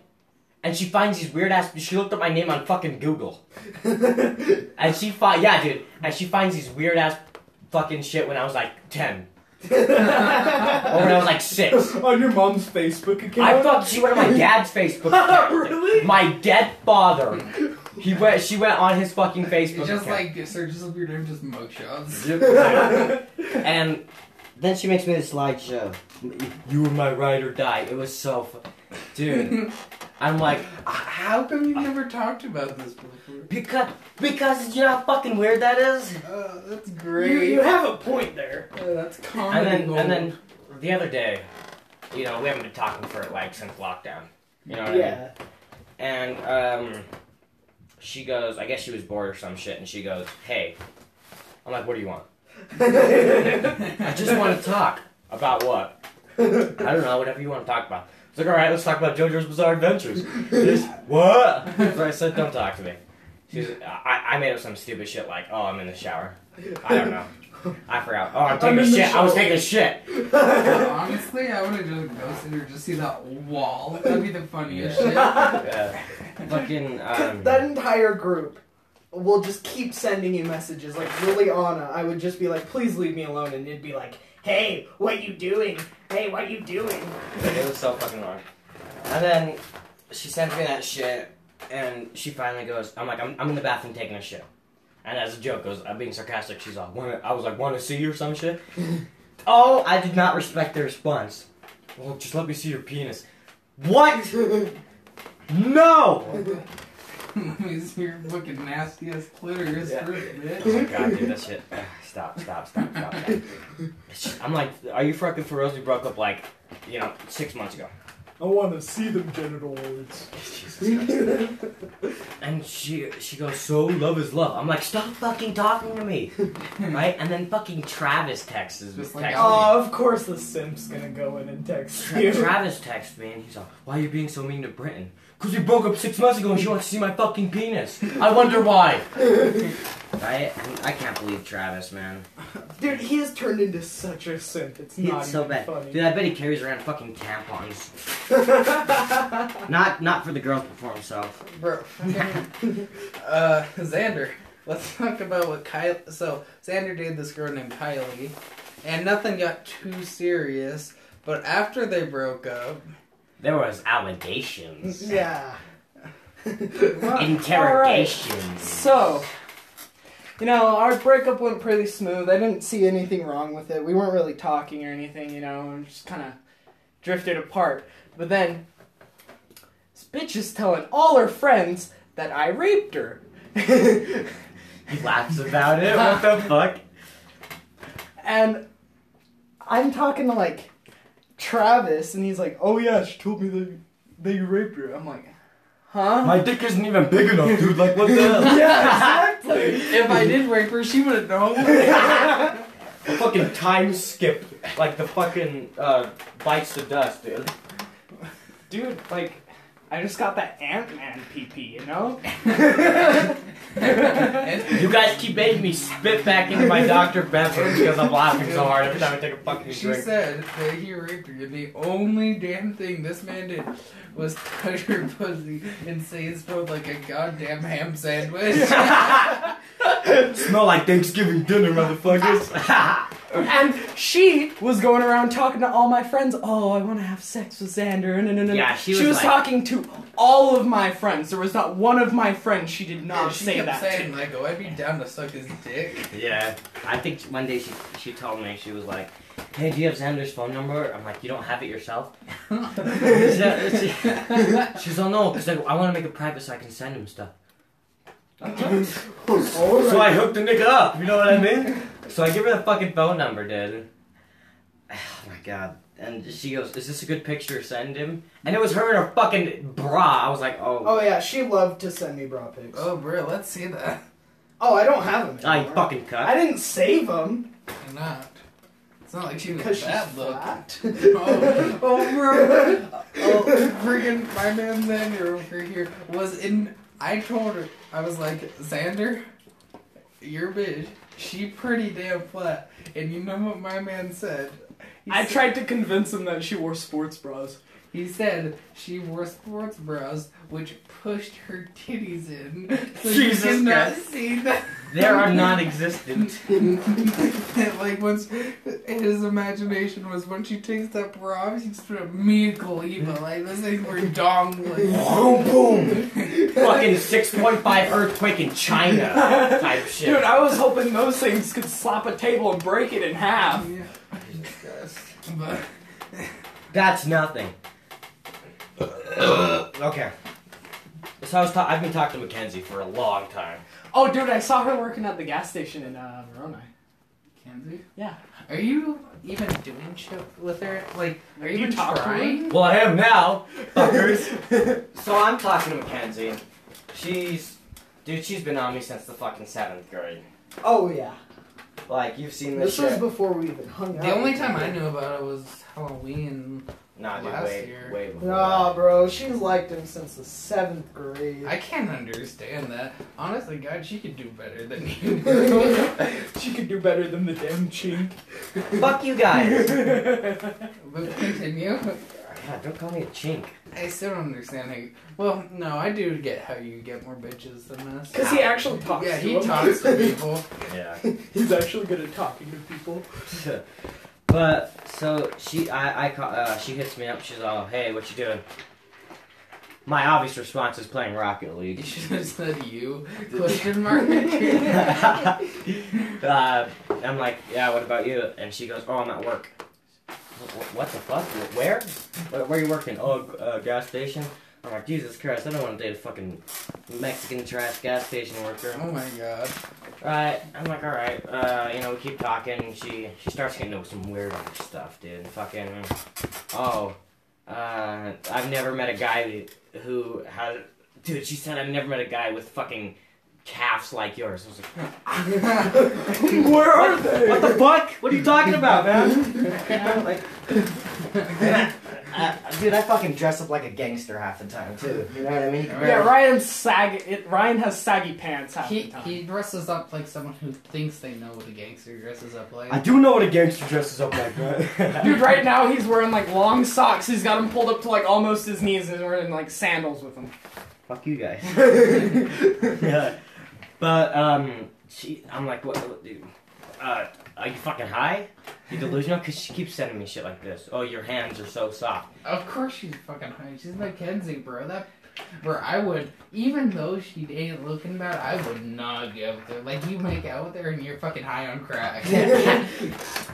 B: And she finds these weird ass. She looked up my name on fucking Google. And she find yeah, dude. And she finds these weird ass fucking shit when I was like ten, or when I was like six.
C: On your mom's Facebook
B: Oh, I
C: account.
B: thought she went on my dad's Facebook. account.
C: Really?
B: My dead father. He went. She went on his fucking Facebook.
A: It's just
B: account.
A: like searches up your name, just mugshots.
B: and then she makes me this slideshow. You were my ride or die. It was so, fu- dude. I'm like
A: How come you never talked about this before?
B: because because you know how fucking weird that is.
A: Oh, that's
C: You,
A: great.
C: you have a point there.
A: Oh, that's comedy.
B: And then
A: gold.
B: and then the other day, you know, we haven't been talking for like since lockdown. You know what I mean?
C: Yeah.
B: And um, she goes, I guess she was bored or some shit, and she goes, Hey. I'm like, What do you want? I just want to talk. About what? I don't know, whatever you want to talk about. It's like, Alright, let's talk about JoJo's Bizarre Adventures. Just, what? So I said, Don't talk to me. She's, I, I made up some stupid shit like, Oh, I'm in the shower. I don't know. I forgot. Oh, I'm taking
C: I'm
B: a
C: in the
B: shit. I was
C: shower.
B: taking a shit.
A: Honestly, I would have just ghosted her, just see that wall. That'd be the funniest shit.
B: Uh, fucking. Um,
D: that entire group will just keep sending you messages. Like Lily Anna, I would just be like, please leave me alone, and you'd be like, hey, what you doing? Hey, what you doing?
B: It was so fucking long. And then she sends me that shit, and she finally goes, I'm like, I'm, I'm in the bathroom taking a shit. And as a joke goes, I'm being sarcastic, she's like, wanna, I was like, wanna see you or some shit? oh, I did not respect the response. Well, just let me see your penis. What? no!
A: Movies, your fucking nastiest clitoris
B: Yeah.
A: first,
B: Oh
A: bitch.
B: my god, dude, that shit. Ugh, Stop, stop, stop, stop. stop. It's just- I'm like, are you fucking for reals? We broke up like, you know, six months ago.
C: I want to see them genital warts.
B: Jesus Christ. and she she goes, so love is love. I'm like, stop fucking talking to me, right? And then fucking Travis texts me.
A: Just like
B: texts me.
D: Oh, of course the simp's gonna go in and text
B: Tra-
D: you.
B: Travis texts me and he's like, why are you being so mean to Britton? Because we broke up six months ago and she wants to see my fucking penis. I wonder why. right? I, mean, I can't believe Travis, man.
D: Dude, he has turned into such a simp. It's
B: He's
D: not
B: so
D: even
B: bad.
D: funny.
B: Dude, I bet he carries around fucking tampons. Not not for the girls, but for himself.
A: Bro. uh, Xander, let's talk about what Kyle. So, Xander dated this girl named Kylie, and nothing got too serious, but after they broke up.
B: There was allegations.
D: yeah.
B: Interrogations.
D: So, you know, our breakup went pretty smooth. I didn't see anything wrong with it. We weren't really talking or anything, you know, and just kind of drifted apart. But then, this bitch is telling all her friends that I raped her.
B: He laughs about it. What the fuck?
D: and I'm talking to, like, Travis, and he's like,
C: Oh yeah, she told me that that you raped her. I'm like,
D: huh?
B: My dick isn't even big enough, dude. Like, what the hell?
C: yeah, exactly.
A: If I did rape her, she would have known.
E: The fucking time skip, like the fucking uh, bites the dust, dude.
D: Dude, like, I just got that Ant Man PP, you know?
A: And
B: You guys keep making me spit back into my Dr. Pepper because I'm laughing so hard every time I take a fucking
A: she
B: drink.
A: said that he raped her, and the only damn thing this man did was touch her pussy and say it smelled like a goddamn ham sandwich.
B: Smell like Thanksgiving dinner, motherfuckers.
D: And she was going around talking to all my friends. Oh, I want to have sex with Xander. No, no, no, no.
B: Yeah, she
D: she
B: was
D: was
B: like-
D: talking to all of my friends. There was not one of my friends she did not
A: And she
D: say
A: kept
D: that
A: saying,
D: to.
A: like, oh, I'd be down to suck his dick.
B: yeah. I think one day she, she told me, she was like, hey, do you have Xander's phone number? I'm like, you don't have it yourself? she, she's like, no, because I want to make it private so I can send him stuff. So I hooked the nigga up, you know what I mean? so I give her the fucking phone number, dude. Oh my god. And she goes, Is this a good picture? Send him. And it was her in her fucking bra. I was like, Oh.
D: yeah, she loved to send me bra pics.
A: Oh, bro, let's see that.
D: Oh, I don't have them
B: I fucking cut.
D: I didn't save them
A: Or not. It's not like she was
D: because she's
A: that look.
D: fat.
A: Oh, oh, bro. Oh, freaking my man Xander over here was in. I told her, I was like, Xander, you're bitch. She pretty damn flat. And you know what my man said? He
C: I
A: said-
C: tried to convince him that she wore sports bras.
A: He said she wore sports bras, which pushed her titties in. So
B: Jesus
A: you cannot
B: Christ.
A: see that.
B: There are non existent.
A: like once his imagination was when she takes that bra off, she's gonna meagle evil. Like this thing were dongling.
B: Boom, boom. fucking 6.5 earthquake in China type shit.
C: Dude, I was hoping those things could slap a table and break it in half.
A: Yeah. But
B: That's nothing. okay. So I was ta- I've been talking to Mackenzie for a long time.
C: Oh, dude, I saw her working at the gas station in uh, Verona.
A: Kenzie,
C: Yeah.
A: are you even doing shit with her? Like, are you,
C: You
A: even
C: talk to her?
A: trying?
B: Well, I am now, fuckers.
E: So I'm talking to Mackenzie. She's, dude, she's been on me since the fucking seventh grade.
D: Oh yeah,
E: Like you've seen this,
D: this was
E: shit.
D: before we even hung out.
A: The only time I knew about it was Halloween.
E: nah, dude,
A: last
E: way,
A: year.
E: way before.
D: Nah, bro, she's liked him since the seventh grade.
A: I can't understand that. Honestly, God, she could do better than you.
C: She could do better than the damn chink.
E: that. Fuck you guys.
A: but continue.
B: God, don't call me a chink.
A: I still don't understand how. You, well, no, I do get how you get more bitches than us.
C: Because he actually talks
A: Yeah,
C: to
A: he
C: them.
A: talks to people.
B: Yeah.
C: He's actually good at talking to people.
B: but so she, I, I, ca- uh, she hits me up. She's all, "Hey, what you doing?" My obvious response is playing Rocket
A: You
B: League.
A: should have said you. Question mark. Wait,
B: Uh, I'm like, "Yeah, what about you?" And she goes, "Oh, I'm at work." Wh- What the fuck? Wh- Where? Where, where you working? Oh, g- uh, gas station. I'm like, Jesus Christ, I don't want to date a fucking Mexican trash gas station worker.
A: oh my god.
B: Right. I'm like, all right. Uh, you know, we keep talking. and She she starts getting into some weird stuff, dude. Fucking. Oh, Uh, I've never met a guy who has. Dude, she said I've never met a guy with fucking calves like yours. I was like,
C: Where are they?
B: what the fuck? What are you talking about, man?
E: like, I,
B: uh,
E: I- dude, I fucking dress up like a gangster half the time too. You know what I mean?
D: Yeah, Ryan's sag. It, Ryan has saggy pants half
A: He,
D: the time.
A: he dresses up like someone who thinks they know what a gangster dresses up like.
E: I do know what a gangster dresses up like, right?
D: Dude, right now he's wearing like long socks. He's got them pulled up to like almost his knees, and wearing like sandals with them.
B: Fuck you guys. yeah. But um, she, I'm like, what, what dude? Uh, are you fucking high? You delusional? Cause she keeps sending me shit like this. Oh, your hands are so soft.
A: Of course she's fucking high. She's Mackenzie, bro. That, bro, I would, even though she ain't looking bad, I would not get with her. Like, you make out with her and you're fucking high on crack.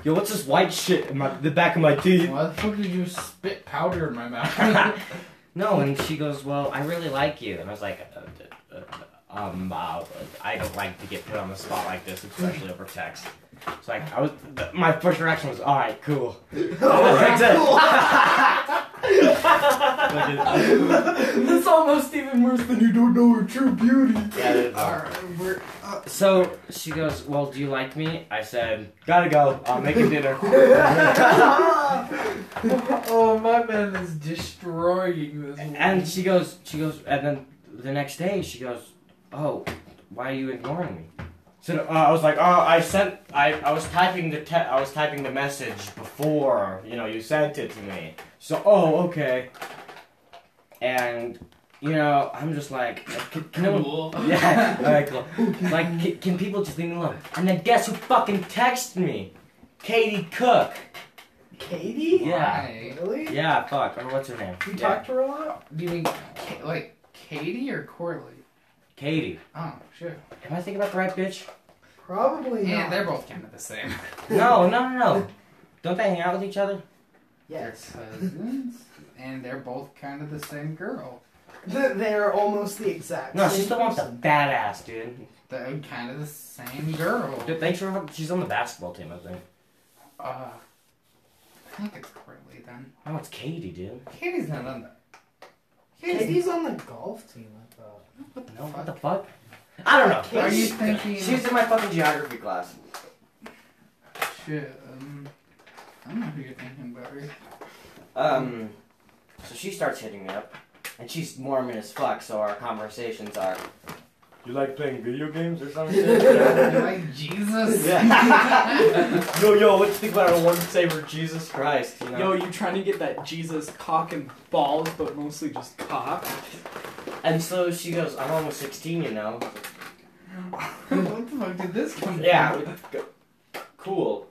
B: Yo, what's this white shit in my, the back of my teeth?
A: Why the fuck did you spit powder in my mouth?
B: No, and she goes, well, I really like you, and I was like, uh, uh, uh, um, uh, I don't like to get put on the spot like this, especially over text. So like, I was, th- my first reaction was, all right, cool. That's it. Like, it-
C: That's almost even worse than you don't know her true beauty.
B: yeah, it-
A: Alright, we're.
B: So she goes, Well, do you like me? I said, Gotta go. I'm making dinner.
A: Oh, my man is destroying this.
B: and she goes, She goes, and then the next day she goes, Oh, why are you ignoring me? So uh, I was like, Oh, I sent, I, I was typing the te- I was typing the message before, you know, you sent it to me. So, oh, okay. And, you know, I'm just like, can, can no one
A: Cool.
B: Yeah, alright, cool. Like, can, can people just leave me alone? And then guess who fucking texted me? Katie Cook.
C: Katie?
B: Yeah.
A: Why?
C: Really?
B: Yeah, fuck. Or what's her name?
C: You
B: Yeah.
C: talked to her a lot?
A: Do you mean, Ka- like, Katie or Corley?
B: Katie.
A: Oh, shit.
B: Am I thinking about the right bitch?
C: Probably
A: Yeah,
C: not.
A: they're both kind of the same.
B: No, no, no, no. Don't they hang out with each other?
C: Yes.
A: They're cousins, and they're both kind of the same girl.
C: Th- they're almost the exact
B: No,
C: same
B: she's the one with the
C: person.
B: badass, dude.
A: They're kind of the same girl.
B: Dude, thanks for She's on the basketball team, I think.
A: Uh, I think it's Corley then.
B: Oh, it's Katie, dude.
A: Katie's not on the. Katie's.
C: Katie's on the golf team, I thought.
B: No, what the fuck? I don't know.
A: Are you
E: She-
A: thinking?
E: She was in my fucking geography class.
A: Shit. Um, I don't know who you're thinking about. Right?
E: Um, so she starts hitting me up, and she's Mormon as fuck. So our conversations are. You like playing video games or something?
A: You're like Jesus.
E: yo, yo, what you think about our Lord and Savior Jesus Christ? You know?
D: Yo, you trying to get that Jesus cock and balls, but mostly just cock?
E: And so she goes, I'm almost 16, you know.
A: what the fuck did this come?
E: Yeah. Cool.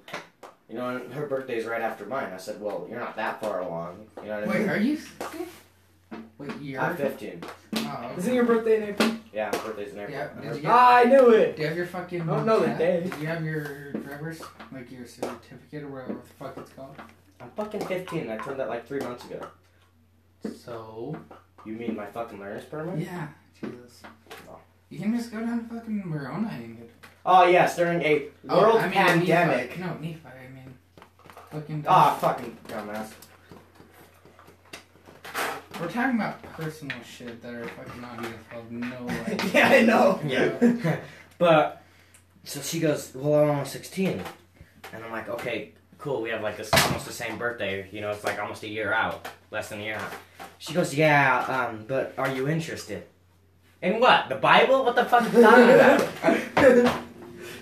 E: You know, and her birthday's right after mine. I said, well, you're not that far along. You know what I
A: From? Wait,
E: mean?
A: are you? Wait, you're.
E: I'm 15.
A: Oh, okay.
D: Isn't your birthday in April?
E: Yeah, my birthday's in April.
A: Yeah, did you get-
D: Ah, I knew it.
A: Do you have your fucking?
D: I don't know the
A: cat?
D: day.
A: Do you have your driver's like your certificate or whatever the fuck it's called?
E: I'm fucking 15. and I turned that like three months ago.
A: So.
E: You mean my fucking learner's permit?
A: Yeah. Jesus. You can just go down to fucking Verona and get
E: Oh, yes, during a
A: Oh,
E: world pandemic.
A: Nephi. No, Nephi. I mean, fucking.
E: Ah, fucking dumbass.
A: We're talking about personal shit that are fucking obvious. Of no way.
C: Yeah, I know.
B: Yeah. but so she goes, Well, I'm almost 16. And I'm like, Okay, cool. We have like this almost the same birthday. You know, it's like almost a year out, less than a year out. She goes, Yeah, um, but are you interested? In what? The Bible? What the fuck are you talking about?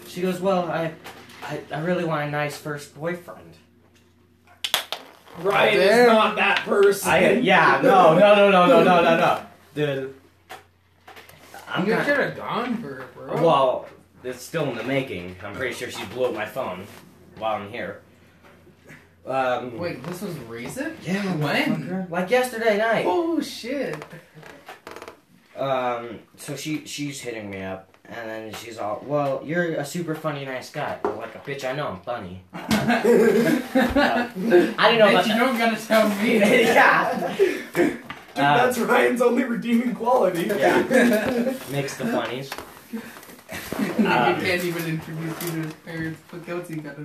B: she goes, Well, I, I, I really want a nice first boyfriend.
D: Ryan
A: Damn.
D: is not that person.
B: I, yeah, no, no, no, no, no, no, no, no. Dude. I'm
A: you
B: kinda-
A: should have gone for it, bro.
B: Well, it's still in the making. I'm pretty sure she blew up my phone while I'm here. Um,
A: Wait, this was recent?
B: Yeah,
A: When?
B: motherfucker. Like yesterday night.
A: Oh shit.
B: Um, so she she's hitting me up, and then she's all, "Well, you're a super funny, nice guy." I'm like, "Bitch, I know I'm funny." Uh,
A: Bitch,
B: I didn't know about
A: you
B: that.
A: don't gotta tell me.
B: yeah.
C: Dude,
B: Uh,
C: that's Ryan's only redeeming quality.
B: Yeah. Makes the funnies.
A: you
E: Ah.
A: can't even introduce you to his parents. What else you gotta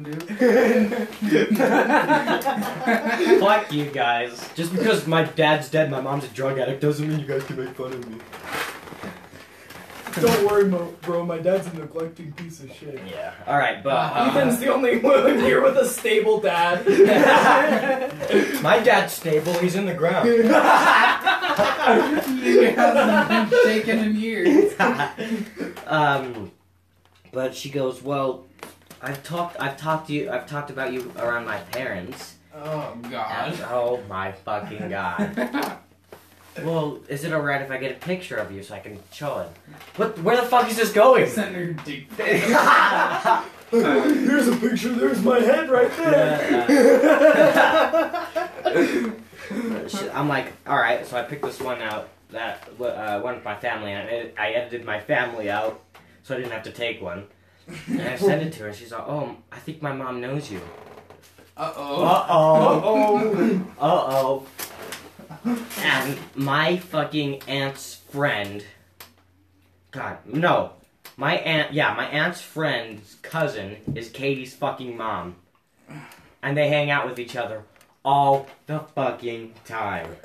A: do?
B: Fuck you guys. Just because my dad's dead, my mom's a drug addict, doesn't mean you guys can make fun of me.
C: Don't worry, mo- bro. My dad's a neglecting piece of shit.
B: Yeah. All right, but
A: Uh,
B: uh,
C: Ethan's the only one here with a stable dad.
B: my dad's stable. He's in the ground.
A: He hasn't been shaken in years.
B: um, but she goes, well, I've talked, I've talked to you, I've talked about you around my parents.
A: Oh
B: And-
A: god.
B: oh my fucking god. Well, is it alright if I get a picture of you so I can show him? What? Where the fuck is this going?
A: Send her dick.
C: Here's a picture. There's my head right
B: Shit, I'm like, all right. So I picked this one out that uh, one of my family, and I- I edited my family out, so I didn't have to take one. And I sent it to her, and she's like, "Oh, I think my mom knows you."
A: Uh oh.
B: Uh oh. Uh oh. And my fucking aunt's friend. God, no. My aunt, yeah, my aunt's friend's cousin is Katie's fucking mom. And they hang out with each other all the fucking time.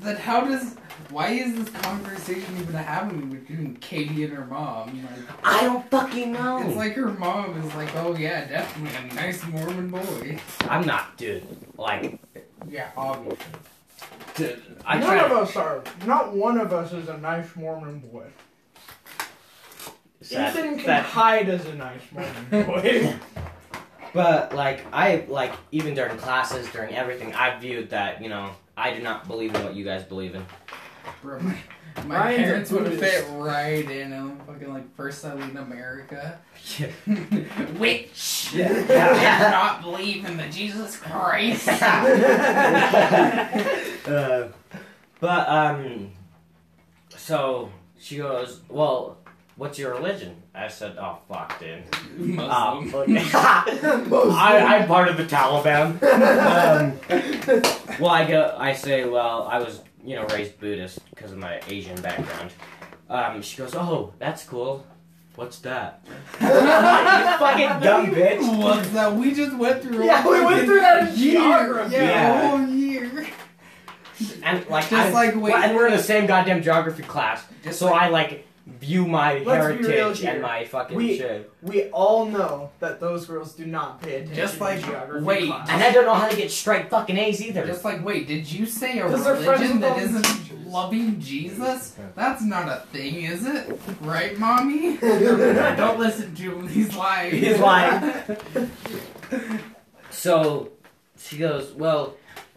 A: But how does? Why is this conversation even happening between Katie and her mom? Like,
B: I don't fucking know.
A: it's like her mom is like, oh yeah, definitely a nice Mormon boy.
B: I'm not, dude. Like,
A: Yeah, obviously.
B: dude, I
D: None
B: try
D: of
B: to.
D: us are. Not one of us is a nice Mormon boy. Ethan
B: Sad-
D: can
B: sad-
D: hide as a nice Mormon boy.
B: But like I like even during classes, during everything, I viewed that you know I do not believe in what you guys believe in.
A: Bro, my, my
D: Ryan's a
A: parents would have fit
D: Buddhist.
A: right in. I'm fucking like first I leave America.
B: Yeah.
A: Which
B: Yeah.
A: does not believe in the Jesus Christ.
B: uh, but um, so she goes, well, what's your religion? I said, oh fuck, dude. Oh,
A: Muslim.
B: fuck. I, I'm part of the Taliban. um, well, I go. I say, well, I was, you know, raised Buddhist because of my Asian background. Um, she goes, oh, that's cool. What's that? I'm like, you fucking dumb bitch.
A: What's that? We just went through. a
C: Yeah, we went
A: fucking
C: through that in
A: year.
C: geography.
A: Yeah,
B: Yeah.
A: a whole year.
B: And like,
A: Just
B: I,
A: like, wait.
B: and we're in the same goddamn geography class,
A: Just
B: so I like view my
D: Let's be real
B: heritage
D: here.
B: and my fucking
D: We-
B: shit.
D: We all know that those girls do not pay attention
A: Just like-
D: to geography
A: wait.
D: class.
B: And I don't know how to get straight fucking A's either.
A: Just like, wait, did you say a
D: Because they're friends
A: religion
D: with
A: that
D: all the
A: isn't
D: teachers.
A: loving Jesus?
B: Yeah.
A: That's not a thing, is it? Right, mommy? Don't listen to him. He's lying.
B: He's lying. So she goes, Well,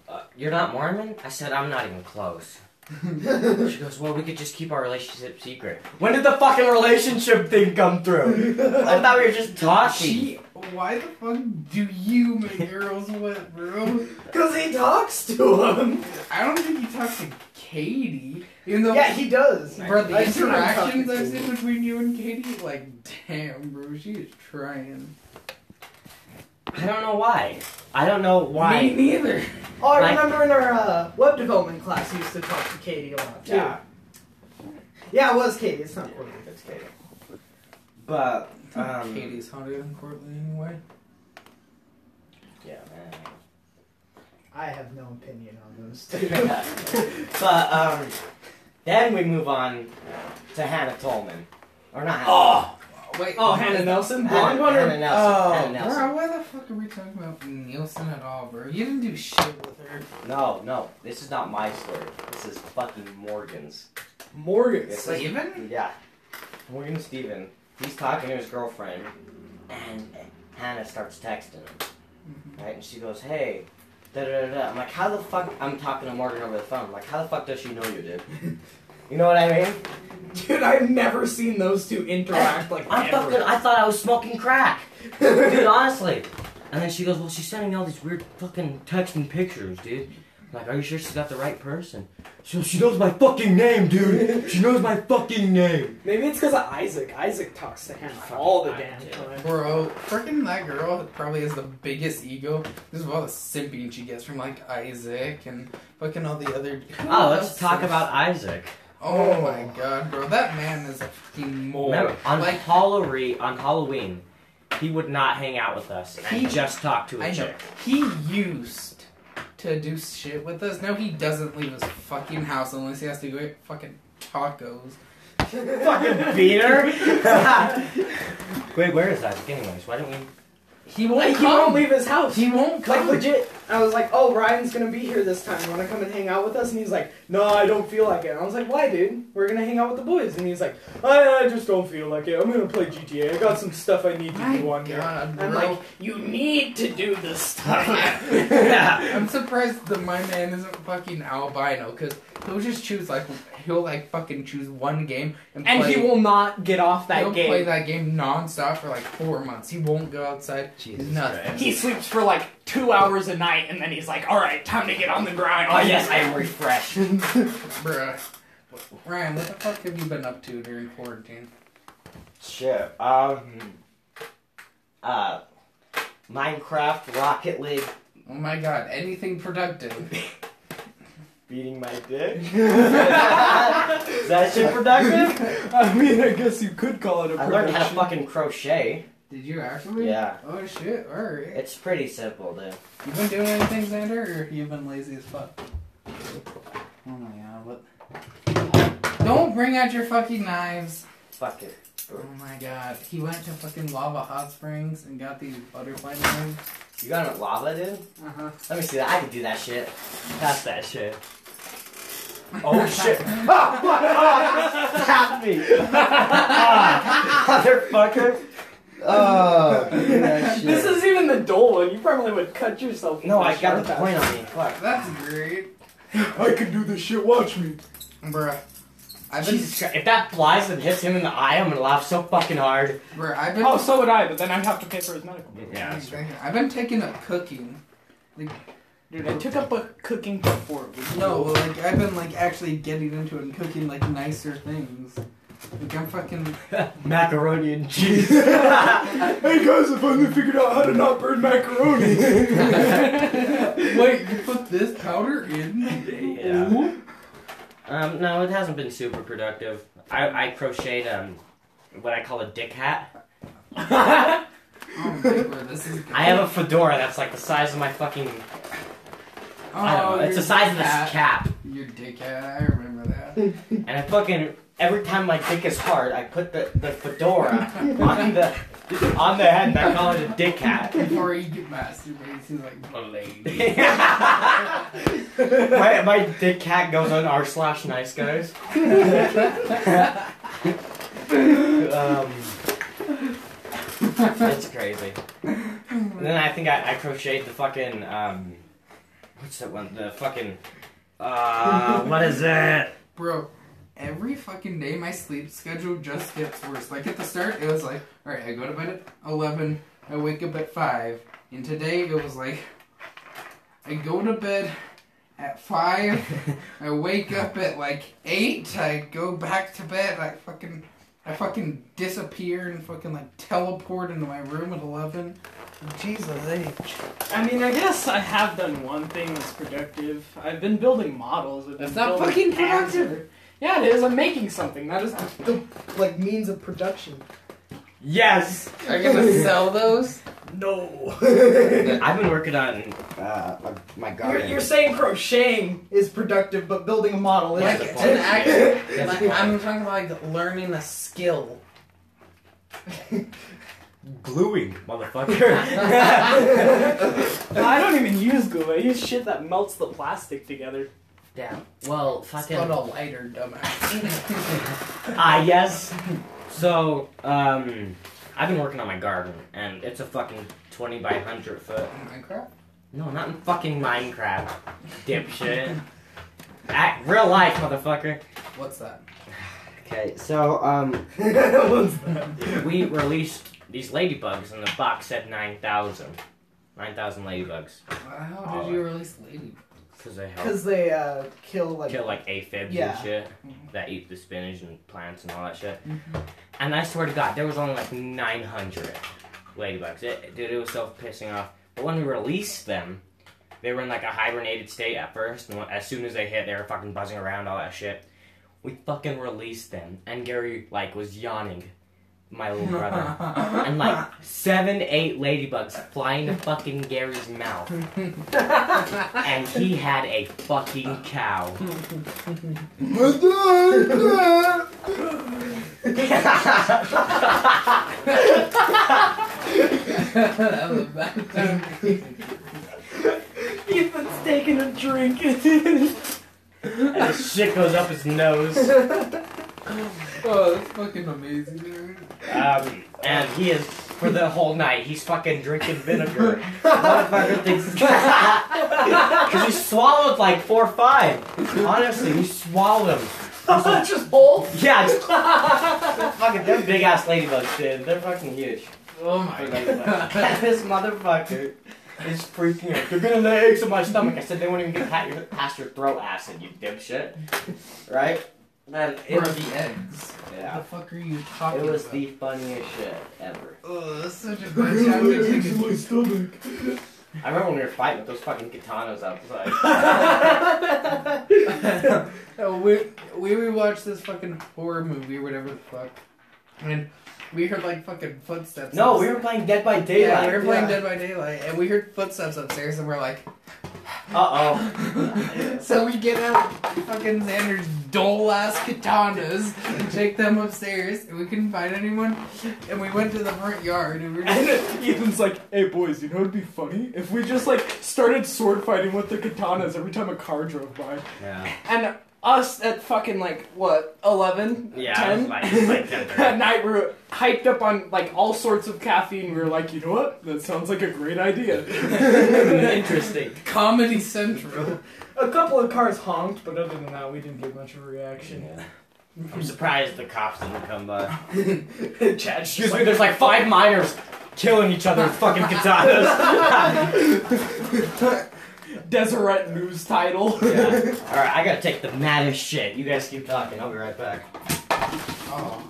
B: uh, you're not Mormon? I said, I'm not even close. she goes, Well, we could just keep our relationship secret. When did the fucking relationship thing come through? I thought we were just talking.
A: She, why the fuck do you make girls wet, bro?
C: Because he talks to him.
A: I don't think he talks to Katie. Even though,
D: yeah, he does.
A: bro, the
D: I see what I'm talking
A: interactions
D: to.
A: I've seen between you and Katie, like, damn, bro, she is trying.
B: I don't know why. I don't know why.
A: Me neither.
D: Oh, I
B: Like-
D: remember in our uh, web development class, we used to talk to Katie a lot. Too.
B: Yeah.
D: Yeah, it was Katie. It's not Courtney. It's Katie.
B: But, um,
A: Katie's hotter than Courtney anyway.
B: yeah, man.
D: I have no opinion on those two.
B: but um, then we move on to Hannah Tolman, or not? Hannah.
A: Wait,
D: oh, Hannah Nelson, blonde
B: Hannah,
D: one. or-
B: Hannah Nelson.
D: Oh.
B: Hannah Nelson.
A: Bro, why the fuck are we talking about Nielsen at all, bro? You didn't do shit with her.
B: No, no, this is not my story. This is fucking Morgan's.
C: Morgan.
B: This is-
A: Steven?
B: yeah. Morgan Steven. He's talking to his girlfriend, and eh, Hannah starts texting him.
D: Mm-hmm.
B: Right? And she goes, hey, da da da da. I'm like, how the fuck? I'm talking to Morgan over the phone. I'm like, how the fuck does she know you, dude? You know what I mean?
C: Dude, I've never seen those two interact like
B: I'm
C: ever.
B: fucking. I thought I was smoking crack, dude. Honestly. And then she goes, "Well, she's sending me all these weird fucking texts and pictures, dude." I'm like, are you sure she's got the right person? She goes, she knows my fucking name, dude. She knows my fucking name.
D: Maybe it's because of Isaac. Isaac talks to Hannah all the damn time.
A: Bro, freaking that girl probably has the biggest ego. This is all the simping she gets from like Isaac and fucking all the other.
B: Oh, let's talk Oh, about Isaac.
A: Oh, my god, bro. That man is a fucking mole.
B: Remember, on
A: like,
B: Halloween, on Halloween, he would not hang out with us and
A: He-
B: just talk to a
A: I know.
B: chick.
A: He used to do shit with us. Now he doesn't leave his fucking house unless he has to go get fucking tacos.
B: Fucking beater. Wait, where is that? Anyways, why don't we?
A: He
D: Like,
A: won't
D: he won't
A: come.
D: leave his house.
A: He won't
D: like
A: come.
D: legit, I was like, "Oh, Ryan's gonna be here this time. Want to come and hang out with us?" And he's like, "No, I don't feel like it." And I was like, "Why, dude? We're gonna hang out with the boys." And he's like,
C: I, I just don't feel like it. I'm gonna play GTA. I got some stuff I need to
A: My
C: do on here.
A: god, bro.
D: "I'm like, you need to do this stuff."
B: yeah.
A: I'm surprised that my man isn't fucking albino because he'll just choose like he'll like fucking choose one game and,
D: and
A: play,
D: he will not get off
A: he'll
D: that
A: play
D: game.
A: that game nonstop for like four months. He won't go outside.
B: Jesus
A: Nothing.
B: Christ.
D: He sleeps for like two hours a night, and then he's like, "All right, time to get on the grind."
E: Oh yes, I am refreshed.
A: Bruh. Ryan, what the fuck have you been up to during quarantine?
E: Shit. Um. Uh. Minecraft, Rocket League,
A: Oh my god, anything productive.
E: beating my dick. Is that shit productive?
C: I mean, I guess you could call it a
E: I learned how to
C: production.
E: fucking crochet.
A: Did you actually?
E: Yeah.
A: Oh shit, alright.
E: It's pretty simple, dude.
A: You been doing anything, Xander, or you been lazy as fuck? Oh my god, what? Don't bring out your fucking knives.
E: Fuck it.
A: Oh my god. He went to fucking Lava Hot Springs and got these butterfly knives.
E: You got it lava, dude?
A: Uh
D: Uh-huh.
A: huh.
E: Let me see that. I can do that shit.
B: Pass that shit.
E: Oh shit! Stop me! Motherfucker! Oh,
D: This is even the dull one. You probably would cut yourself.
E: No,
D: with a
E: I got
D: sharp
E: the
D: ass.
E: point on me. Fuck.
A: That's great.
C: I can do this shit. Watch me.
A: Bruh. I've been,
B: Jesus Christ! If that flies and hits him in the eye, I'm gonna laugh so fucking hard.
A: bruh, I've been
D: Oh, so would I, but then I'd have to pay for his medical.
B: Yeah. That's
A: Exactly. I've been taking up cooking.
D: Dude, I took up a cooking before. It was
A: No, well, like I've been like actually getting into it and cooking like nicer things. Like I'm fucking.
B: Macaroni and cheese.
C: Hey guys, I finally figured out how to not burn macaroni.
A: Wait, you put this powder in?
B: yeah. Um, no, it hasn't been super productive. I, I crocheted um, what I call a dick hat.
A: Oh my god, this is.
B: I have a fedora that's like the size of my fucking.
A: Oh,
B: I don't know. It's the
A: your
B: size of this
A: dickhead.
B: cap.
A: Your dickhead. I remember that.
B: And I
E: Fucking every time my dick is hard, I put the, the fedora on the on the head and I call it a dick hat.
A: Before he masturbates, he's like, "Blade."
B: my, my dick cat goes on r slash nice guys. um, that's crazy. And then I think I, I crocheted the fucking um, what's that one? The fucking uh, what is it?
A: Bro, every fucking day my sleep schedule just gets worse. Like at the start, it was like, all right, I go to bed at 11, I wake up at 5. And today it was like, I go to bed at 5, I wake up at like 8, I go back to bed, I fucking. I fucking disappear and fucking like teleport into my room at 11. Jesus H.
D: I mean, I guess I have done one thing that's productive. I've been building models. I've been
A: That's not
D: building
A: fucking
D: tabs.
A: productive.
D: Yeah, it is. I'm making something. That is the, the like means of production.
B: Yes.
A: Are you gonna sell those?
D: No.
B: I've been working on uh, my
D: You're,
B: garden.
D: you're saying crocheting is productive, but building a model is.
A: Like
B: That's
A: an
B: the point.
A: act-
B: That's
A: like,
B: the point.
A: I'm talking about like learning a skill.
B: gluing, motherfucker.
D: I don't even use glue. I use shit that melts the plastic together.
B: Damn. Well, fucking.
A: It's called a lighter, dumbass.
B: Ah, yes. So, um, I've been working on my garden, and it's a fucking 20 by 100 foot.
A: Minecraft?
B: No, not in fucking Minecraft, dipshit. At real life, motherfucker.
A: What's that?
B: Okay, so, um, we released these ladybugs, and the box said 9,000. 9,000 ladybugs.
A: How did you release Lady?
B: Because they help
D: Because they uh, kill, like.
B: kill, like, aphids
D: Yeah.
B: and shit that eat the spinach and plants and all that shit.
D: Mm-hmm.
B: And I swear to God, there was only like 900 ladybugs. It, dude, it was so pissing off. But when we released them, they were in like a hibernated state at first, and when- as soon as they hit, they were fucking buzzing around all that shit. We fucking released them, and Gary like was yawning, my little brother, and like seven, eight ladybugs flying to fucking Gary's mouth, and he had a fucking cow.
A: Oh, that was a bad time.
D: Ethan's taking a drink.
B: And the shit goes up his nose.
A: Oh, that's fucking amazing. dude.
B: Um, and he is for the whole night. He's fucking drinking vinegar. Motherfucker thinks because he swallowed like four or five. Honestly, he swallowed them.
D: Just whole.
B: Yeah, just, fucking they're big ass ladybugs, dude. They're fucking huge.
A: Oh my god.
B: And this motherfucker is freaking out. They're gonna lay eggs in my stomach. I said they won't even get pat your, past your throat acid, you dipshit. Right? And it
A: Or
B: was,
A: the eggs.
B: yeah,
A: The fuck are you talking
B: it
A: about?
B: was the funniest shit ever.
A: Oh, that's such a bad time.
C: my stomach.
B: I remember when we were fighting with those fucking katanas outside.
A: Uh, we we rewatched this fucking horror movie or whatever the fuck, and we heard like fucking footsteps.
B: No, we
A: upstairs.
B: were playing Dead by
A: yeah,
B: Daylight.
A: we were playing
C: yeah.
A: Dead by Daylight, and we heard footsteps upstairs, and we're like,
B: Uh
A: so we get out fucking Xander's dull ass katanas and take them upstairs, and we couldn't find anyone, and we went to the front yard, and we were
C: And
A: just.
C: Ethan's like, hey boys, you know it'd be funny if we just like started sword fighting with the katanas every time a car drove by.
B: oh. Yeah.
D: And us at fucking like what 11
B: Yeah.
D: 10
B: I was like, like
D: at
B: that
D: night we were
C: Hyped up on like all sorts of caffeine, we were like, you know what? That sounds like a great idea.
B: there. Interesting.
A: Comedy Central.
D: a couple of cars honked but other than that we didn't get much of a reaction
B: I'm surprised the cops didn't come uh, by.
D: Chad's
B: Excuse me, there's like five miners killing each other with fucking katanas.
C: Deseret news title.
B: yeah. Alright, I gotta take the maddest shit. You guys keep talking, I'll be right back.
A: Oh.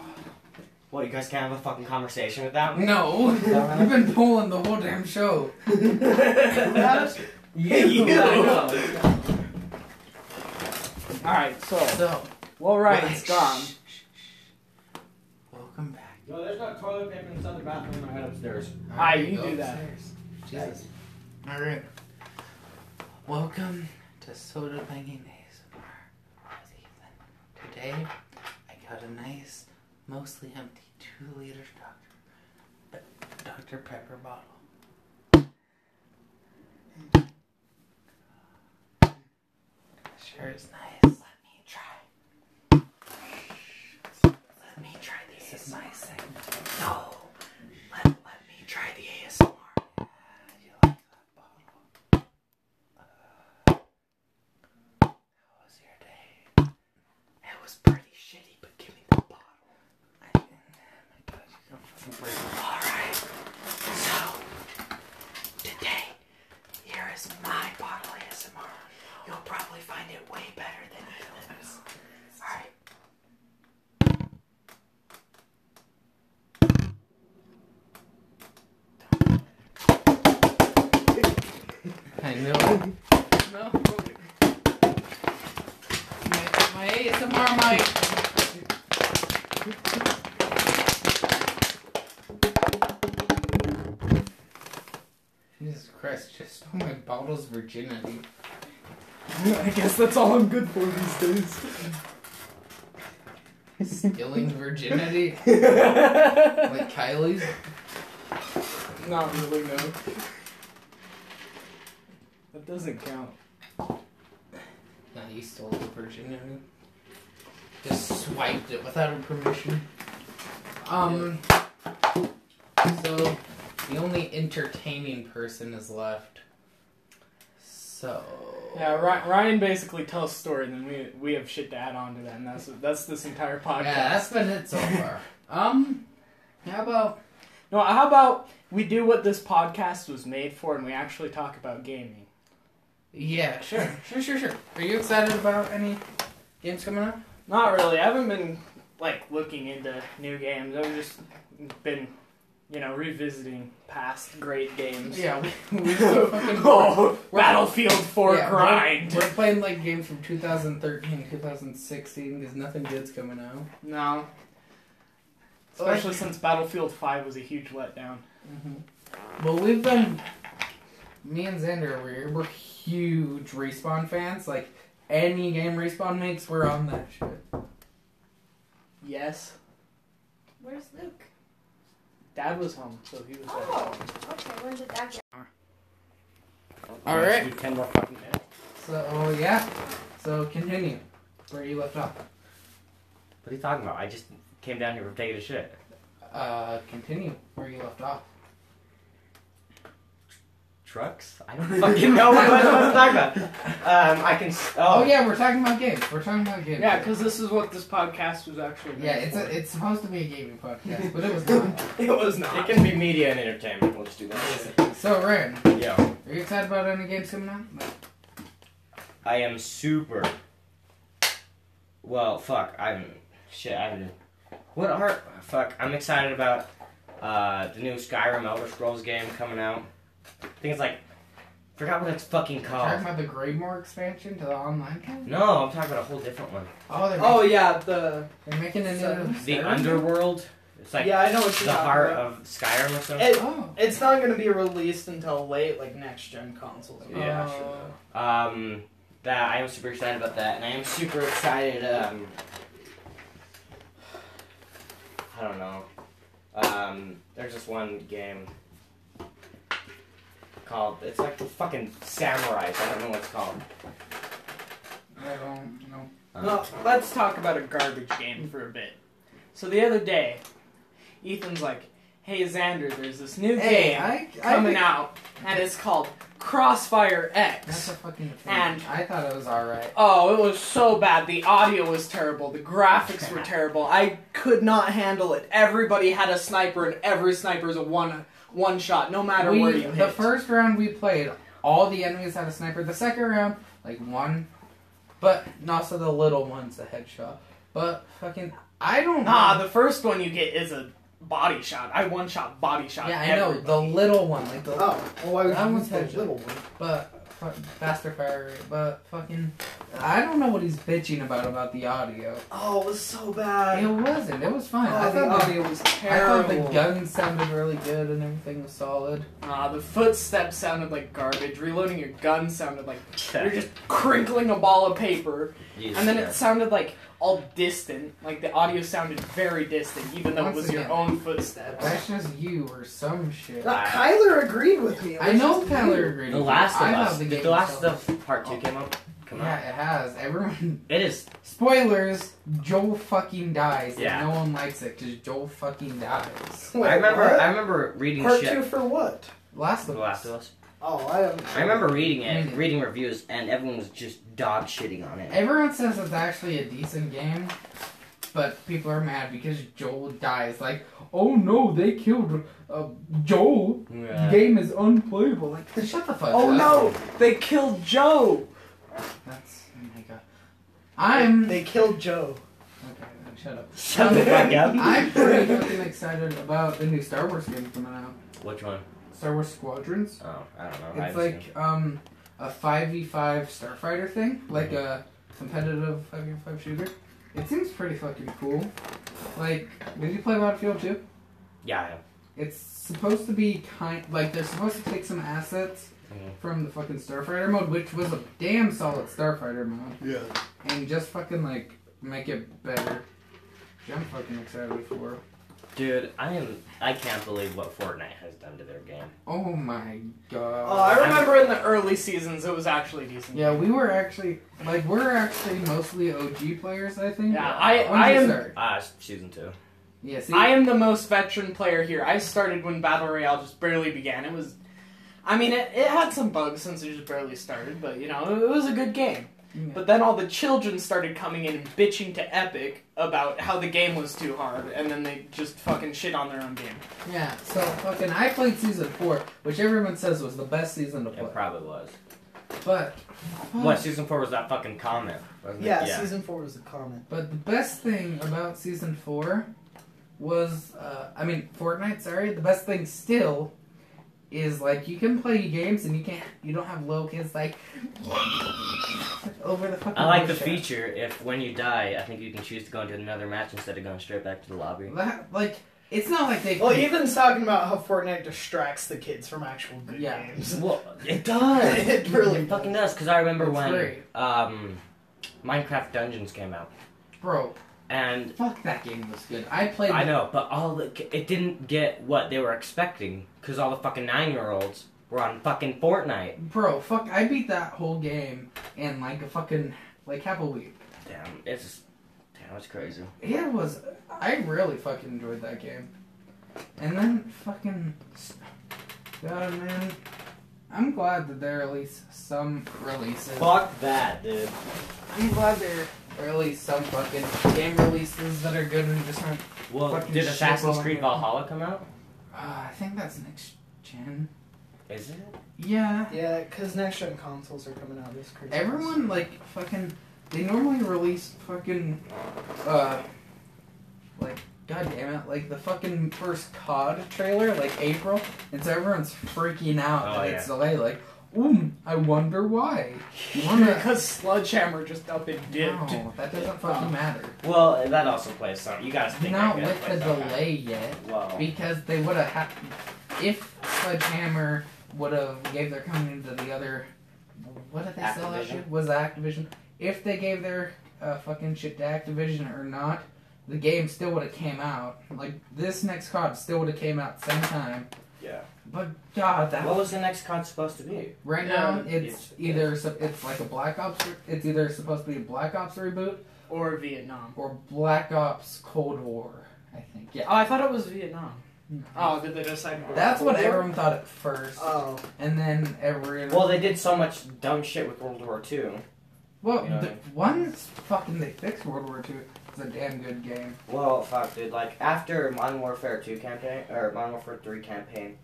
B: What, you guys can't have a fucking conversation without me?
A: No, we've been pulling the whole damn show.
B: Yeah, you know.
D: all right so
A: So,
D: well ryan's gone
A: welcome back.
B: No, there's no toilet paper in this other bathroom I had upstairs.
D: Ah, you
A: Go
D: do that.
A: upstairs. Jesus. All right. Welcome to Soda Banging ASMR with Ethan. Today, I got a nice, mostly empty two-liter Dr. Pe- Dr. Pepper bottle. Sure is nice. Let me try. Let me try this. This is my segment. No. Let, let me try the ASMR. Yeah, you like that bottle. How was your day? It was pretty shitty, but give me the bottle. I didn't. Oh my god, you don't fucking break it. Alright. So, today, here is my bottle ASMR. You'll probably find it way better than Ethan's. Alright. I know.
D: no
A: My, my ASMR mic. Jesus Christ, just stole my bottle's virginity.
C: I guess that's all I'm good for these days.
A: Stealing virginity? like Kylie's?
C: Not really, no.
D: that doesn't count
A: No, you stole the virginity. Just swiped it without her permission. Um. So, the only entertaining person is left. So.
D: yeah Ry- ryan basically tells story and then we we have shit to add on to that and that's that's this entire podcast
A: Yeah, that's been it so far. um, how about
D: no how about we do what this podcast was made for and we actually talk about gaming
A: yeah, sure, sure, sure, sure. Are you excited about any games coming up?
D: Not really. I haven't been like looking into new games. I've just been you know, revisiting past great games.
A: Yeah, we, we still fucking we're-
D: oh, Battlefield 4
A: yeah,
D: grind.
A: We're, we're playing like games from 2013, 2016 because nothing good's coming out.
D: No. Especially since Battlefield 5 was a huge letdown.
A: But we've been, me and Xander over here, we're huge respawn fans. Like any game respawn makes, we're on that shit.
D: Yes.
F: Where's Luke?
D: Dad was home, so he was
F: Oh, okay. When did that get?
A: All right.
B: Do ten more fucking minutes.
A: So oh, yeah, so continue where you left off.
B: What are you talking about? I just came down here for taking a shit.
A: Uh, continue where you left off.
B: Trucks? I don't fucking know what I'm supposed to talk about. Um, I can. s-
A: Oh
B: Oh,
A: yeah, we're talking about games. We're talking about games.
D: Yeah, because this is what this podcast was actually
A: Yeah,
D: meant
A: it's
D: for.
A: a, it's supposed to be a gaming podcast, but it was not.
D: It was
E: It
D: not.
E: can be media and entertainment. We'll just do that.
A: So Ren,
B: Yeah.
A: are you excited about any games coming out? Like,
B: I am super. Well, fuck. I'm shit. I'm. What are fuck? I'm excited about uh, the new Skyrim Elder Scrolls game coming out. I think it's like. Forgot what it's fucking
A: Talking
B: called.
A: about the Greymore expansion to the online game?
B: No, I'm talking about a whole different one.
A: Oh, they're,
D: Oh, yeah, the.
A: they're making a new.
B: The
A: Skyrim?
B: Underworld. It's like
D: yeah, I know what you're
B: the
D: talking
B: heart
D: about.
B: of Skyrim or something.
D: It-
A: Oh.
D: It's not going to be released until late, like next gen consoles.
E: Yeah,
A: Uh,
E: sure.
B: Um, that I am super
E: Super excited about that, and I am super excited. Um, I don't know. Um, there's this one game called. It's like the fucking samurai. I don't know what it's called.
A: I don't know.
D: Well, let's talk about a garbage game for a bit. So the other day, Ethan's like, "Hey Xander, there's this new
A: Hey,
D: game
A: I, I
D: coming
A: think-
D: out, and it's called Crossfire
A: That's
D: X."
A: a fucking. thing.
D: And-
A: I thought it was all right.
D: Oh, it was so bad. The audio was terrible. The graphics were terrible. I could not handle it. Everybody had a sniper, and every sniper is a one one shot, no matter
A: We-
D: where you
A: the
D: hit.
A: first round we played, all the enemies had a sniper. The second round, like one, but and also the little ones, the headshot. But fucking, I don't.
D: ah,
A: know.
D: the first one you get is a body shot. I one shot body shot.
A: yeah, I know
D: everybody.
A: the little one, like the.
G: Oh, well, why would
A: That
G: you
A: one's
G: use the
A: headshot.
G: little one?
A: But fu- faster fire rate. But fucking, I don't know what he's bitching about about the audio.
G: Oh, it was so bad.
A: It wasn't. It was fine. I
G: Oh, the
A: thought the,
G: audio was
A: I thought the
G: terrible.
A: guns sounded really good and everything was solid.
D: Ah, the footsteps sounded like garbage. Reloading your gun sounded like you're just crinkling a ball of paper. And then it sounded like all distant. Like the audio sounded very distant, even though
A: Once
D: it was
A: again.
D: your own footsteps.
A: That's just you or some shit.
G: Uh, Kyler agreed with me. It
A: I
G: was
A: know
G: just
A: Tyler
G: weird.
A: agreed.
B: The
A: with you.
B: Last of
A: I
B: Us.
A: thought the
B: Did The,
A: game
B: Last
A: was
B: of Part
D: Oh.
B: Two came up. Come
A: solid.
B: out.
A: Yeah, it has. Everyone.
B: It is.
A: Spoilers. Joel fucking dies. and
B: Yeah.
A: No one likes it because Joel fucking dies.
G: Wait,
B: I remember.
G: what?
B: I remember reading
G: Part
B: shit.
G: two for what?
A: Last
B: The
A: of Us.
B: Last of Us.
G: Oh, I haven't.
B: I remember reading it,
A: Mhm.
B: reading reviews, and everyone was just dog shitting on it.
A: Everyone says it's actually a decent game, but people are mad because Joel dies. Like, oh no, they killed uh, Joel. The game is unplayable. Like, shut the fuck
D: Oh
A: up.
D: no! They killed Joe!
A: That's oh my god. I'm okay.
G: They killed Joe.
A: then Shut up.
B: Shut the fuck up.
A: I'm pretty fucking excited about the new Star Wars game coming out.
B: Which one?
A: Star Wars Squadrons.
B: Oh, I don't know. I
A: It's
B: haven't seen
A: like um a five v five starfighter thing, like a competitive five v five shooter. It seems pretty fucking cool. Like, did you play Battlefield 2?
B: it. Yeah. I have.
A: It's supposed to be kind like they're supposed to take some assets
B: Mhm.
A: from the fucking starfighter mode, which was a damn solid starfighter mode,
G: Yeah.
A: and just fucking like make it better. Which I'm fucking excited for.
B: Dude, I am. I can't believe what Fortnite has done to their game.
A: Oh my god.
D: Oh, I remember in the early seasons it was actually decent.
A: Yeah, we were actually like we're actually mostly OG players, I think.
D: Yeah, I-
A: When did
D: I
A: you
D: am-
A: start?
B: Ah, it's season two.
A: Yeah, see,
D: I am the most veteran player here. I started when Battle Royale just barely began. It was. I mean, it, it had some bugs since it just barely started, but you know, it, it was a good game.
A: Yeah.
D: But then all the children started coming in and bitching to Epic about how the game was too hard, and then they just fucking shit on their own game.
A: yeah. So fucking, I played season four, which everyone says was the best season to play.
B: It probably was.
A: But
B: What season four was that fucking comment? Wasn't
G: Yeah,
B: It?
G: season four was a comment.
A: But the best thing about season four was, uh, I mean, Fortnite. Sorry, the best thing still is like you can play games and you can't, you don't have little kids like over the fucking.
B: I like the
A: bullshit.
B: feature if when you die, I think you can choose to go into another match instead of going straight back to the lobby.
A: That, like, it's not like they.
G: Well, Ethan's talking about how Fortnite distracts the kids from actual good
A: Yeah.
G: games.
B: Well, it does.
G: it really
B: It fucking does, because I remember
A: It's
B: when
A: great.
B: um, Minecraft Dungeons came out,
A: bro,
B: and
A: fuck that game was good. I played.
B: I know, but all the, it didn't get what they were expecting, because all the fucking nine-year-olds were on fucking Fortnite.
A: Bro, fuck, I beat that whole game in like a fucking like half a week.
B: Damn, it's just, damn, it's crazy.
A: It was. I really fucking enjoyed that game. And then fucking. God, man. I'm glad that they release some releases.
E: Fuck that, dude.
A: I'm glad they release some fucking game releases that are good and just aren't.
B: Well,
A: Fucking
B: did
A: shit
B: Assassin's
A: all
B: Creed
A: over.
B: Valhalla come out?
A: Uh, I think that's next gen.
B: Is it?
A: Yeah.
G: Yeah, because next gen consoles are coming out this Christmas.
A: Everyone like fucking. They normally release fucking, uh, like god damn it, like the fucking first COD trailer, like April, and so everyone's freaking out
B: Oh,
A: that
B: yeah.
A: it's delayed. Like, ooh, I wonder why. Wanna-
D: because Sledgehammer just up and dipped.
A: no, that doesn't
B: um,
A: fucking matter.
E: Well, that also plays some. You guys think
A: Not
E: that
A: with the
E: plays some.
A: delay yet,
E: Well,
A: because they would have had if Sledgehammer would have gave their company to the other. What did they sell that
E: Activision?
A: shit? Was it Activision? If they gave their uh, fucking shit to Activision or not, the game still would have came out. Like this next COD still would have came out same time.
E: Yeah.
A: But God, that
E: what was the next COD supposed to be?
A: right
D: Yeah,
A: now it's
E: it's-
A: either so- it's like a Black Ops. re- It's either supposed to be a Black Ops reboot
D: Or Vietnam.
A: or Black Ops Cold War. I think. Yeah.
D: Oh, I thought it was Vietnam. Oh, did they decide? to go
A: That's what
D: Cold War?
A: everyone thought at first,
G: Oh,
A: and then everyone.
E: Well, they did so much dumb shit with World War II.
A: Well,
E: You know
A: the
E: what I
A: one that's fucking they fixed World War II is a damn good game.
E: Well, fuck, dude. Like after Modern Warfare Two campaign or Modern Warfare Three campaign.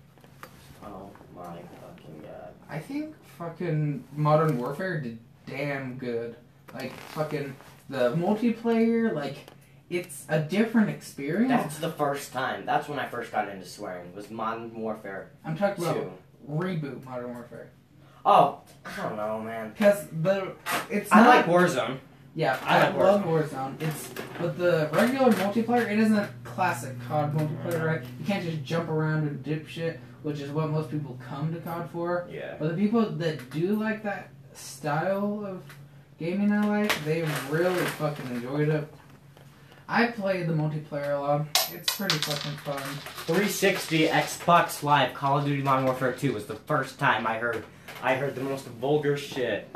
E: Oh my fucking god.
A: I think fucking Modern Warfare did damn good. Like fucking the multiplayer, like it's a different experience.
E: That's the first time. That's when I first got into swearing. Was Modern Warfare
A: I'm talking about
E: Two.
A: reboot Modern Warfare
E: Oh, I don't know, man.
A: because the it's
B: I
A: not,
B: like Warzone.
A: yeah
B: I like
A: love Warzone. It's but the regular multiplayer it isn't classic COD multiplayer. Right? You can't just jump around and dip shit, which is what most people come to COD for.
E: Yeah.
A: But the people that do like that style of gaming I like, they really fucking enjoyed it. I played the multiplayer a lot. It's pretty fucking fun.
B: 360 Xbox Live Call of Duty Modern Warfare 2 was the first time I heard I heard the most vulgar shit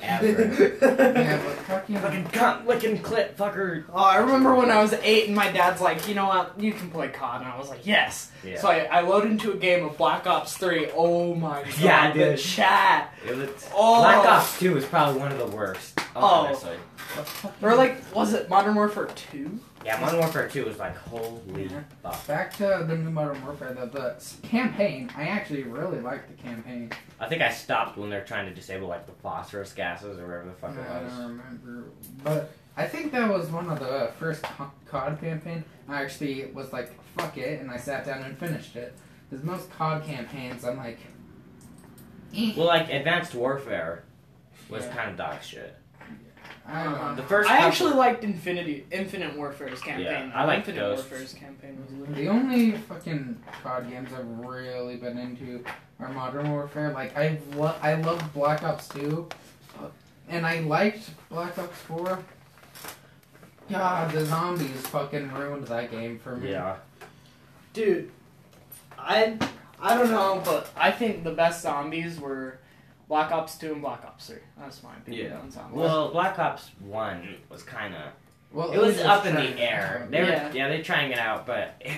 B: ever.
A: Yeah, but fucking
B: Fucking cunt licking clip fucker.
D: Oh, I remember when I was eight and my dad's like, you know what, you can play COD. And I was like, yes.
B: Yeah.
D: So I, I loaded into a game of Black Ops 3. Oh my god.
B: Yeah,
D: The
B: dude.
D: chat.
B: It was,
D: Oh.
B: Black Ops 2 is probably one of the worst.
D: Oh.
B: Honestly.
D: Or like, was it Modern Warfare 2?
B: Yeah, Modern Warfare 2 was like, holy
A: Yeah.
B: fuck.
A: back to the new Modern Warfare though. The s- campaign, I actually really liked the campaign.
B: I think I stopped when they're trying to disable like the phosphorus gases or whatever the fuck
A: I
B: it was.
A: don't remember, but I think that was one of the first co- COD campaign. I actually was like, fuck it, and I sat down and finished it. Because most COD campaigns, I'm like, eh.
B: Well, like Advanced Warfare was
A: Yeah.
B: kind of dog shit.
A: I don't know.
B: The first
D: I
B: couple-
D: actually liked Infinity Infinite Warfare's
B: Yeah,
D: campaign.
B: I liked
D: Infinite
B: Ghosts.
D: Warfare's campaign was lit.
A: The only fucking COD games I've really been into are Modern Warfare. Like I lo- I love Black Ops 2, uh, and I liked Black Ops 4. God, the zombies fucking ruined that game for me.
B: yeah.
G: dude, I
D: I don't know, but I think the best zombies were Black Ops 2 and Black Ops 3. That's my opinion
B: Yeah.
D: on zombies.
B: Well, Black Ops 1 was kind of
D: Oh,
A: Well,
B: It was
A: just
B: up in
A: trying
B: the
A: to-
B: air. They
D: Yeah.
B: were, yeah, they trying it out, but it,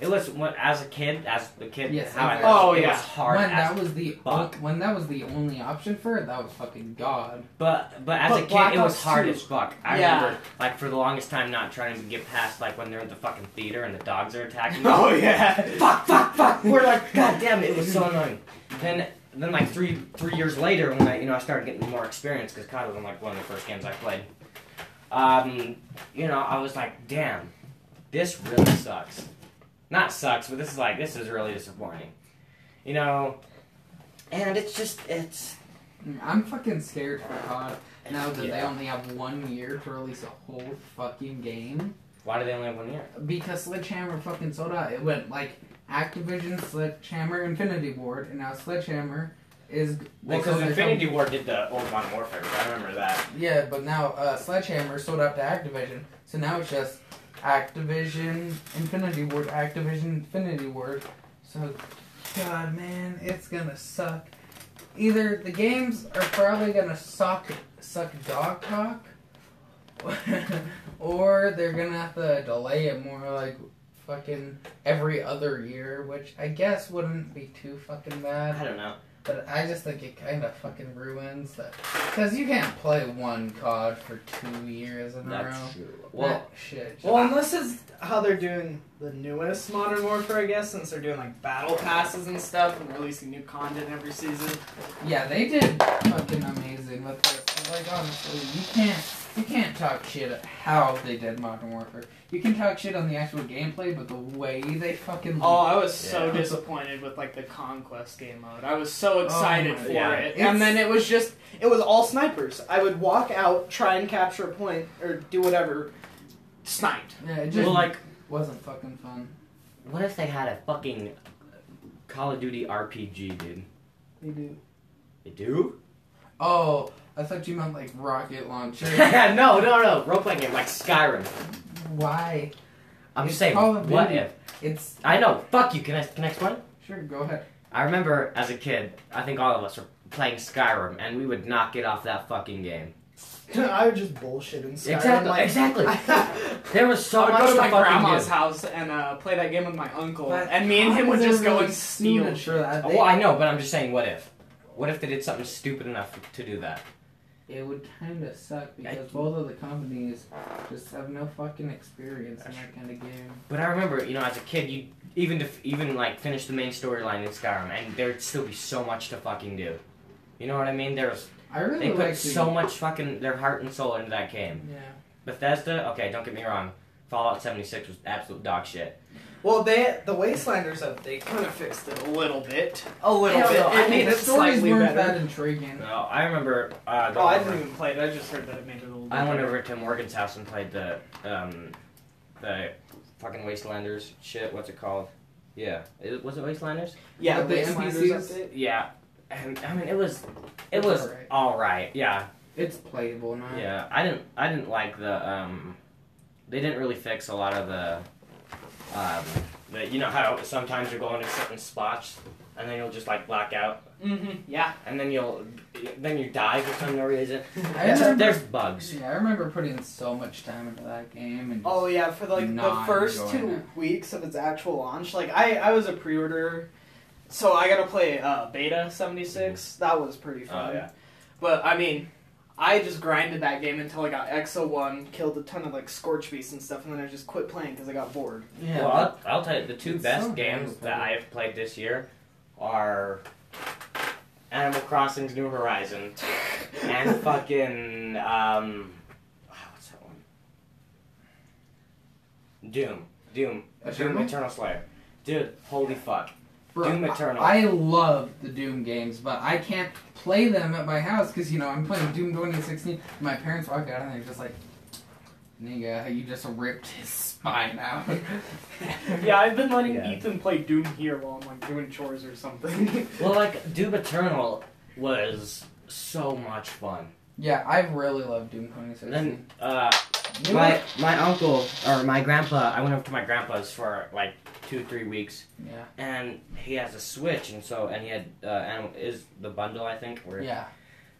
B: it was when- as a kid, as the kid,
A: Yes,
B: how I
A: exactly.
B: watched
D: Oh,
B: it, it
D: yeah.
B: was hard.
A: when
B: As,
A: that was the
B: fuck.
A: when that was the only option for it, that was fucking god.
B: but but as
D: But
B: a kid,
D: Black
B: it was
D: Ops
B: hard
D: 2.
B: as fuck. I
D: Yeah.
B: remember like for the longest time not trying to get past like when they're in the fucking theater and the dogs are attacking. us.
D: oh yeah.
B: fuck, fuck, fuck. We're like, god damn it, it was so annoying. Then, then like three three years later, when I you know I started getting more experience because COD was like one of the first games I played. Um, you know, I was like, damn, this really sucks. Not sucks, but this is like this is really disappointing. You know, and it's just it's
A: I'm fucking scared for COD now that they
B: Yeah.
A: only have one year to release a whole fucking game.
B: why do they only have one year?
A: Because Sledgehammer fucking sold out. It went like Activision, Sledgehammer, Infinity Ward, and now Sledgehammer is.
B: Well,
A: they
B: because
A: sold their
B: Infinity War did the old Modern Warfare. I remember that.
A: company- yeah, but now uh, Sledgehammer sold out to Activision, so now it's just Activision, Infinity Ward, Activision, Infinity Ward. So, God, man, it's gonna suck. Either the games are probably gonna suck, suck dog cock, or they're gonna have to delay it more like fucking every other year, which I guess wouldn't be too fucking
B: I
A: bad.
B: don't know.
A: But I just think it kind of fucking ruins that. Because you can't play one COD for two years in a row.
B: That's true. Well,
A: That shit.
D: Well, unless it's how they're doing the newest Modern Warfare, I guess, since they're doing like battle passes and stuff and releasing new content every season.
A: Yeah, they did fucking amazing with this. Like, honestly, you can't. You can't talk shit at how they did Modern Warfare. You can talk shit on the actual gameplay, but the way they fucking
C: Oh, I was
B: Yeah.
C: so disappointed with like the conquest game mode. I was so excited
A: my-
C: for
B: yeah.
C: it,
A: It's-
C: and then it was just
D: It was all snipers. I would walk out, try and capture a point, or do whatever.
C: sniped.
A: yeah, it just
B: well, like,
A: wasn't fucking fun.
B: what if they had a fucking Call of Duty RPG, dude?
D: They do.
B: They do?
A: Oh, I thought you meant like rocket launcher.
B: no, no, no. Role playing game like Skyrim.
A: Why?
B: I'm just saying.
A: Call of
B: What
A: Duty.
B: if?
A: It's
B: I know. Fuck you. Can I? Can I explain?
A: sure. Go ahead.
B: I remember as a kid, I think all of us were playing Skyrim, and we would not get off that fucking game.
D: I would just bullshit in Skyrim.
B: exactly,
D: Like,
B: exactly.
D: I,
B: There was so
C: I would
B: much
C: go to
B: to
C: my
B: fucking
C: grandma's
B: do.
C: house and uh, play that game with my uncle,
A: But
C: and me and him would just go and steal. shit.
A: Sure, that
B: Oh, Well, I know, but I'm just saying, what if? What if they did something stupid enough to do that?
A: It would kind of suck because both of the companies just have no fucking experience in that kind of game.
B: But I remember, you know, as a kid, you even to f- even like finish the main storyline in Skyrim, and there'd still be so much to fucking do. You know what I mean? There was
A: I really
B: they put
A: like the-
B: so much fucking their heart and soul into that game.
A: Yeah.
B: Bethesda, okay, don't get me wrong, Fallout 76 was absolute dog shit.
D: well, they the Wastelanders update kind of fixed it a little bit. A
B: Oh,
D: little
A: I don't
D: bit.
A: know, I mean,
D: It made
A: the
D: it
A: stories
D: slightly
A: weren't
D: better.
A: that intriguing.
B: No, I remember. Uh,
C: Oh, I
B: going over-
C: didn't even play it. I just heard that it made it a little.
B: I
C: bit
B: went
C: better.
B: over to Morgan's house and played the um, the fucking Wastelanders shit. What's it called? Yeah, it, was it Wastelanders?
C: Yeah,
A: But the
C: Wastelanders
A: NPCs
C: update.
B: Yeah, and I mean it was it
A: It's
B: was
A: alright.
B: all right. Yeah,
A: It's playable now.
B: yeah. I didn't I didn't like the um, they didn't really fix a lot of the um, the you know how sometimes you're going to certain spots and then you'll just like black out
C: Mm-hmm. Yeah.
B: and then you'll then you die for some reason.
A: I
B: There's,
A: remember,
B: there's bugs.
A: yeah, I remember putting so much time into that game and just,
D: Oh yeah, for like the
A: Not
D: first
A: enjoying
D: two
A: it.
D: weeks of its actual launch, like I I was a pre-order,
C: So I gotta play uh, Beta seventy six.
D: that was pretty fun.
B: Oh yeah.
C: But I mean, I just grinded that game until I got Exo One, killed a ton of like Scorch Beasts and stuff, and then I just quit playing because I got bored.
A: yeah.
B: well, I'll, I'll tell you, the two
A: It's
B: best
A: so
B: games
A: wonderful.
B: that I've played this year are Animal Crossing's New Horizon and fucking um, ah, what's that one? Doom, Doom, Doom
A: Eternal?
B: Eternal Slayer. Dude, holy fuck!
A: Bro,
B: Doom Eternal.
A: I, I love the Doom games, but I can't play them at my house because you know I'm playing Doom 2016. My parents walk out and they're just like, "Nigga, you just ripped his spine out."
C: Yeah, I've been letting
B: Yeah.
C: Ethan play Doom here while I'm like doing chores or something.
B: Well, like Doom Eternal was so much fun.
A: Yeah, I really love Doom 2016.
B: And then uh,
A: You know
B: my
A: what?
B: my uncle or my grandpa, I went over to my grandpa's for like two three weeks.
A: yeah,
B: and he has a Switch, and so and he had uh, animal is the bundle I think, where
A: yeah.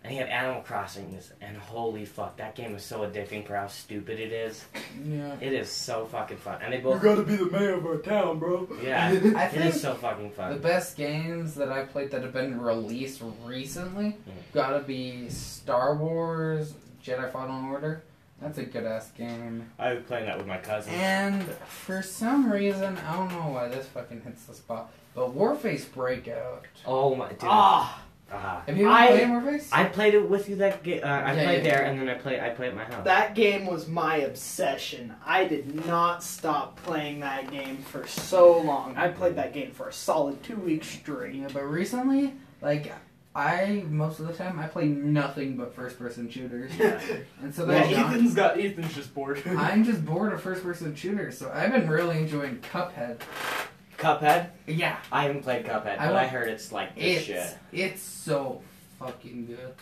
B: and he had Animal Crossings, and holy fuck, that game is so addicting for how stupid it is.
A: Yeah.
B: It is so fucking fun, and they both
H: gotta be the mayor of our town, bro.
B: yeah,
A: I
B: it is
A: think
B: so fucking
A: the
B: fun.
A: best games that I played that have been released recently
B: Yeah.
A: gotta be Star Wars Jedi Fallen Order. That's a good ass game.
B: I was playing that with my cousin.
A: And for some reason, I don't know why this fucking hits the spot, but Warface Breakout.
B: oh my dude,
C: Ah,
I: Uh,
A: Have you ever
I: I-
A: played Amorphis?
I: I played it with you that ga- uh, I
A: Yeah,
I: played
A: yeah.
I: there, and then I play I play at my house.
D: That game was my obsession. I did not stop playing that game for so long. I played that game for a solid two weeks straight.
A: Yeah, but recently, like, I most of the time I play nothing but first-person shooters, and so
C: Well,
A: that's not-
C: Ethan's got Ethan's just bored.
A: I'm just bored of first-person shooters. So I've been really enjoying Cuphead.
B: Cuphead?
A: Yeah,
B: I haven't played
A: I
B: Cuphead, but I
A: want-
B: heard it's like this
A: it's
B: shit.
A: it's so fucking good.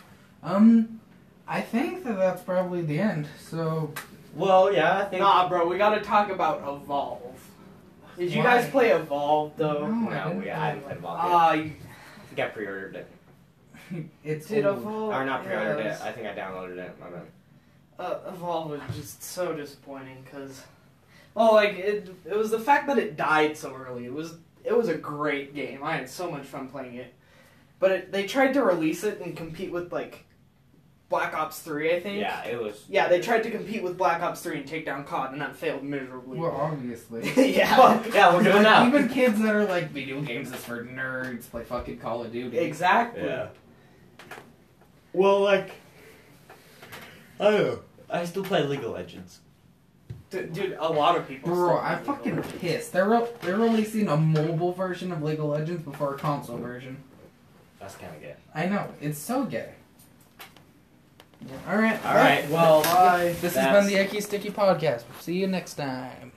A: Um, I think that that's probably the end. So
B: Well, yeah, I think.
D: Nah, uh, bro, we gotta talk about Evolve. Did you
A: Why?
D: guys play Evolve though?
A: No, I
B: No,
A: didn't
B: yeah, I haven't
A: play
B: played Valkyrie.
D: Ah, you
B: I think I pre-ordered it.
A: it's
D: did
A: old.
D: Evolve.
B: or not pre-ordered
D: yeah,
B: it. I think I downloaded it. My bad.
D: uh, Evolve was just so disappointing because, well, like it, it was the fact that it died so early. It was it was a great game. I had so much fun playing it, but it, they tried to release it and compete with like Black Ops Three, I think.
B: Yeah, it was.
D: Yeah, they tried to compete with Black Ops Three and take down COD, and that failed miserably.
A: Well, obviously.
D: yeah,
B: yeah, we're doing
A: Like,
B: that.
A: even kids that are like video games is for nerds, play fucking Call of Duty.
D: exactly.
B: Well, like, I don't know. I still play League of Legends.
D: D- dude, a lot of people.
A: Bro,
D: still
A: I'm
D: play
A: fucking pissed. They're re- they're releasing a mobile version of League of Legends before a console version.
B: That's kind of good.
A: I know it's so gay. All right,
B: All right. Well,
A: This has
B: that's-
A: been the Icky Sticky Podcast. See you next time.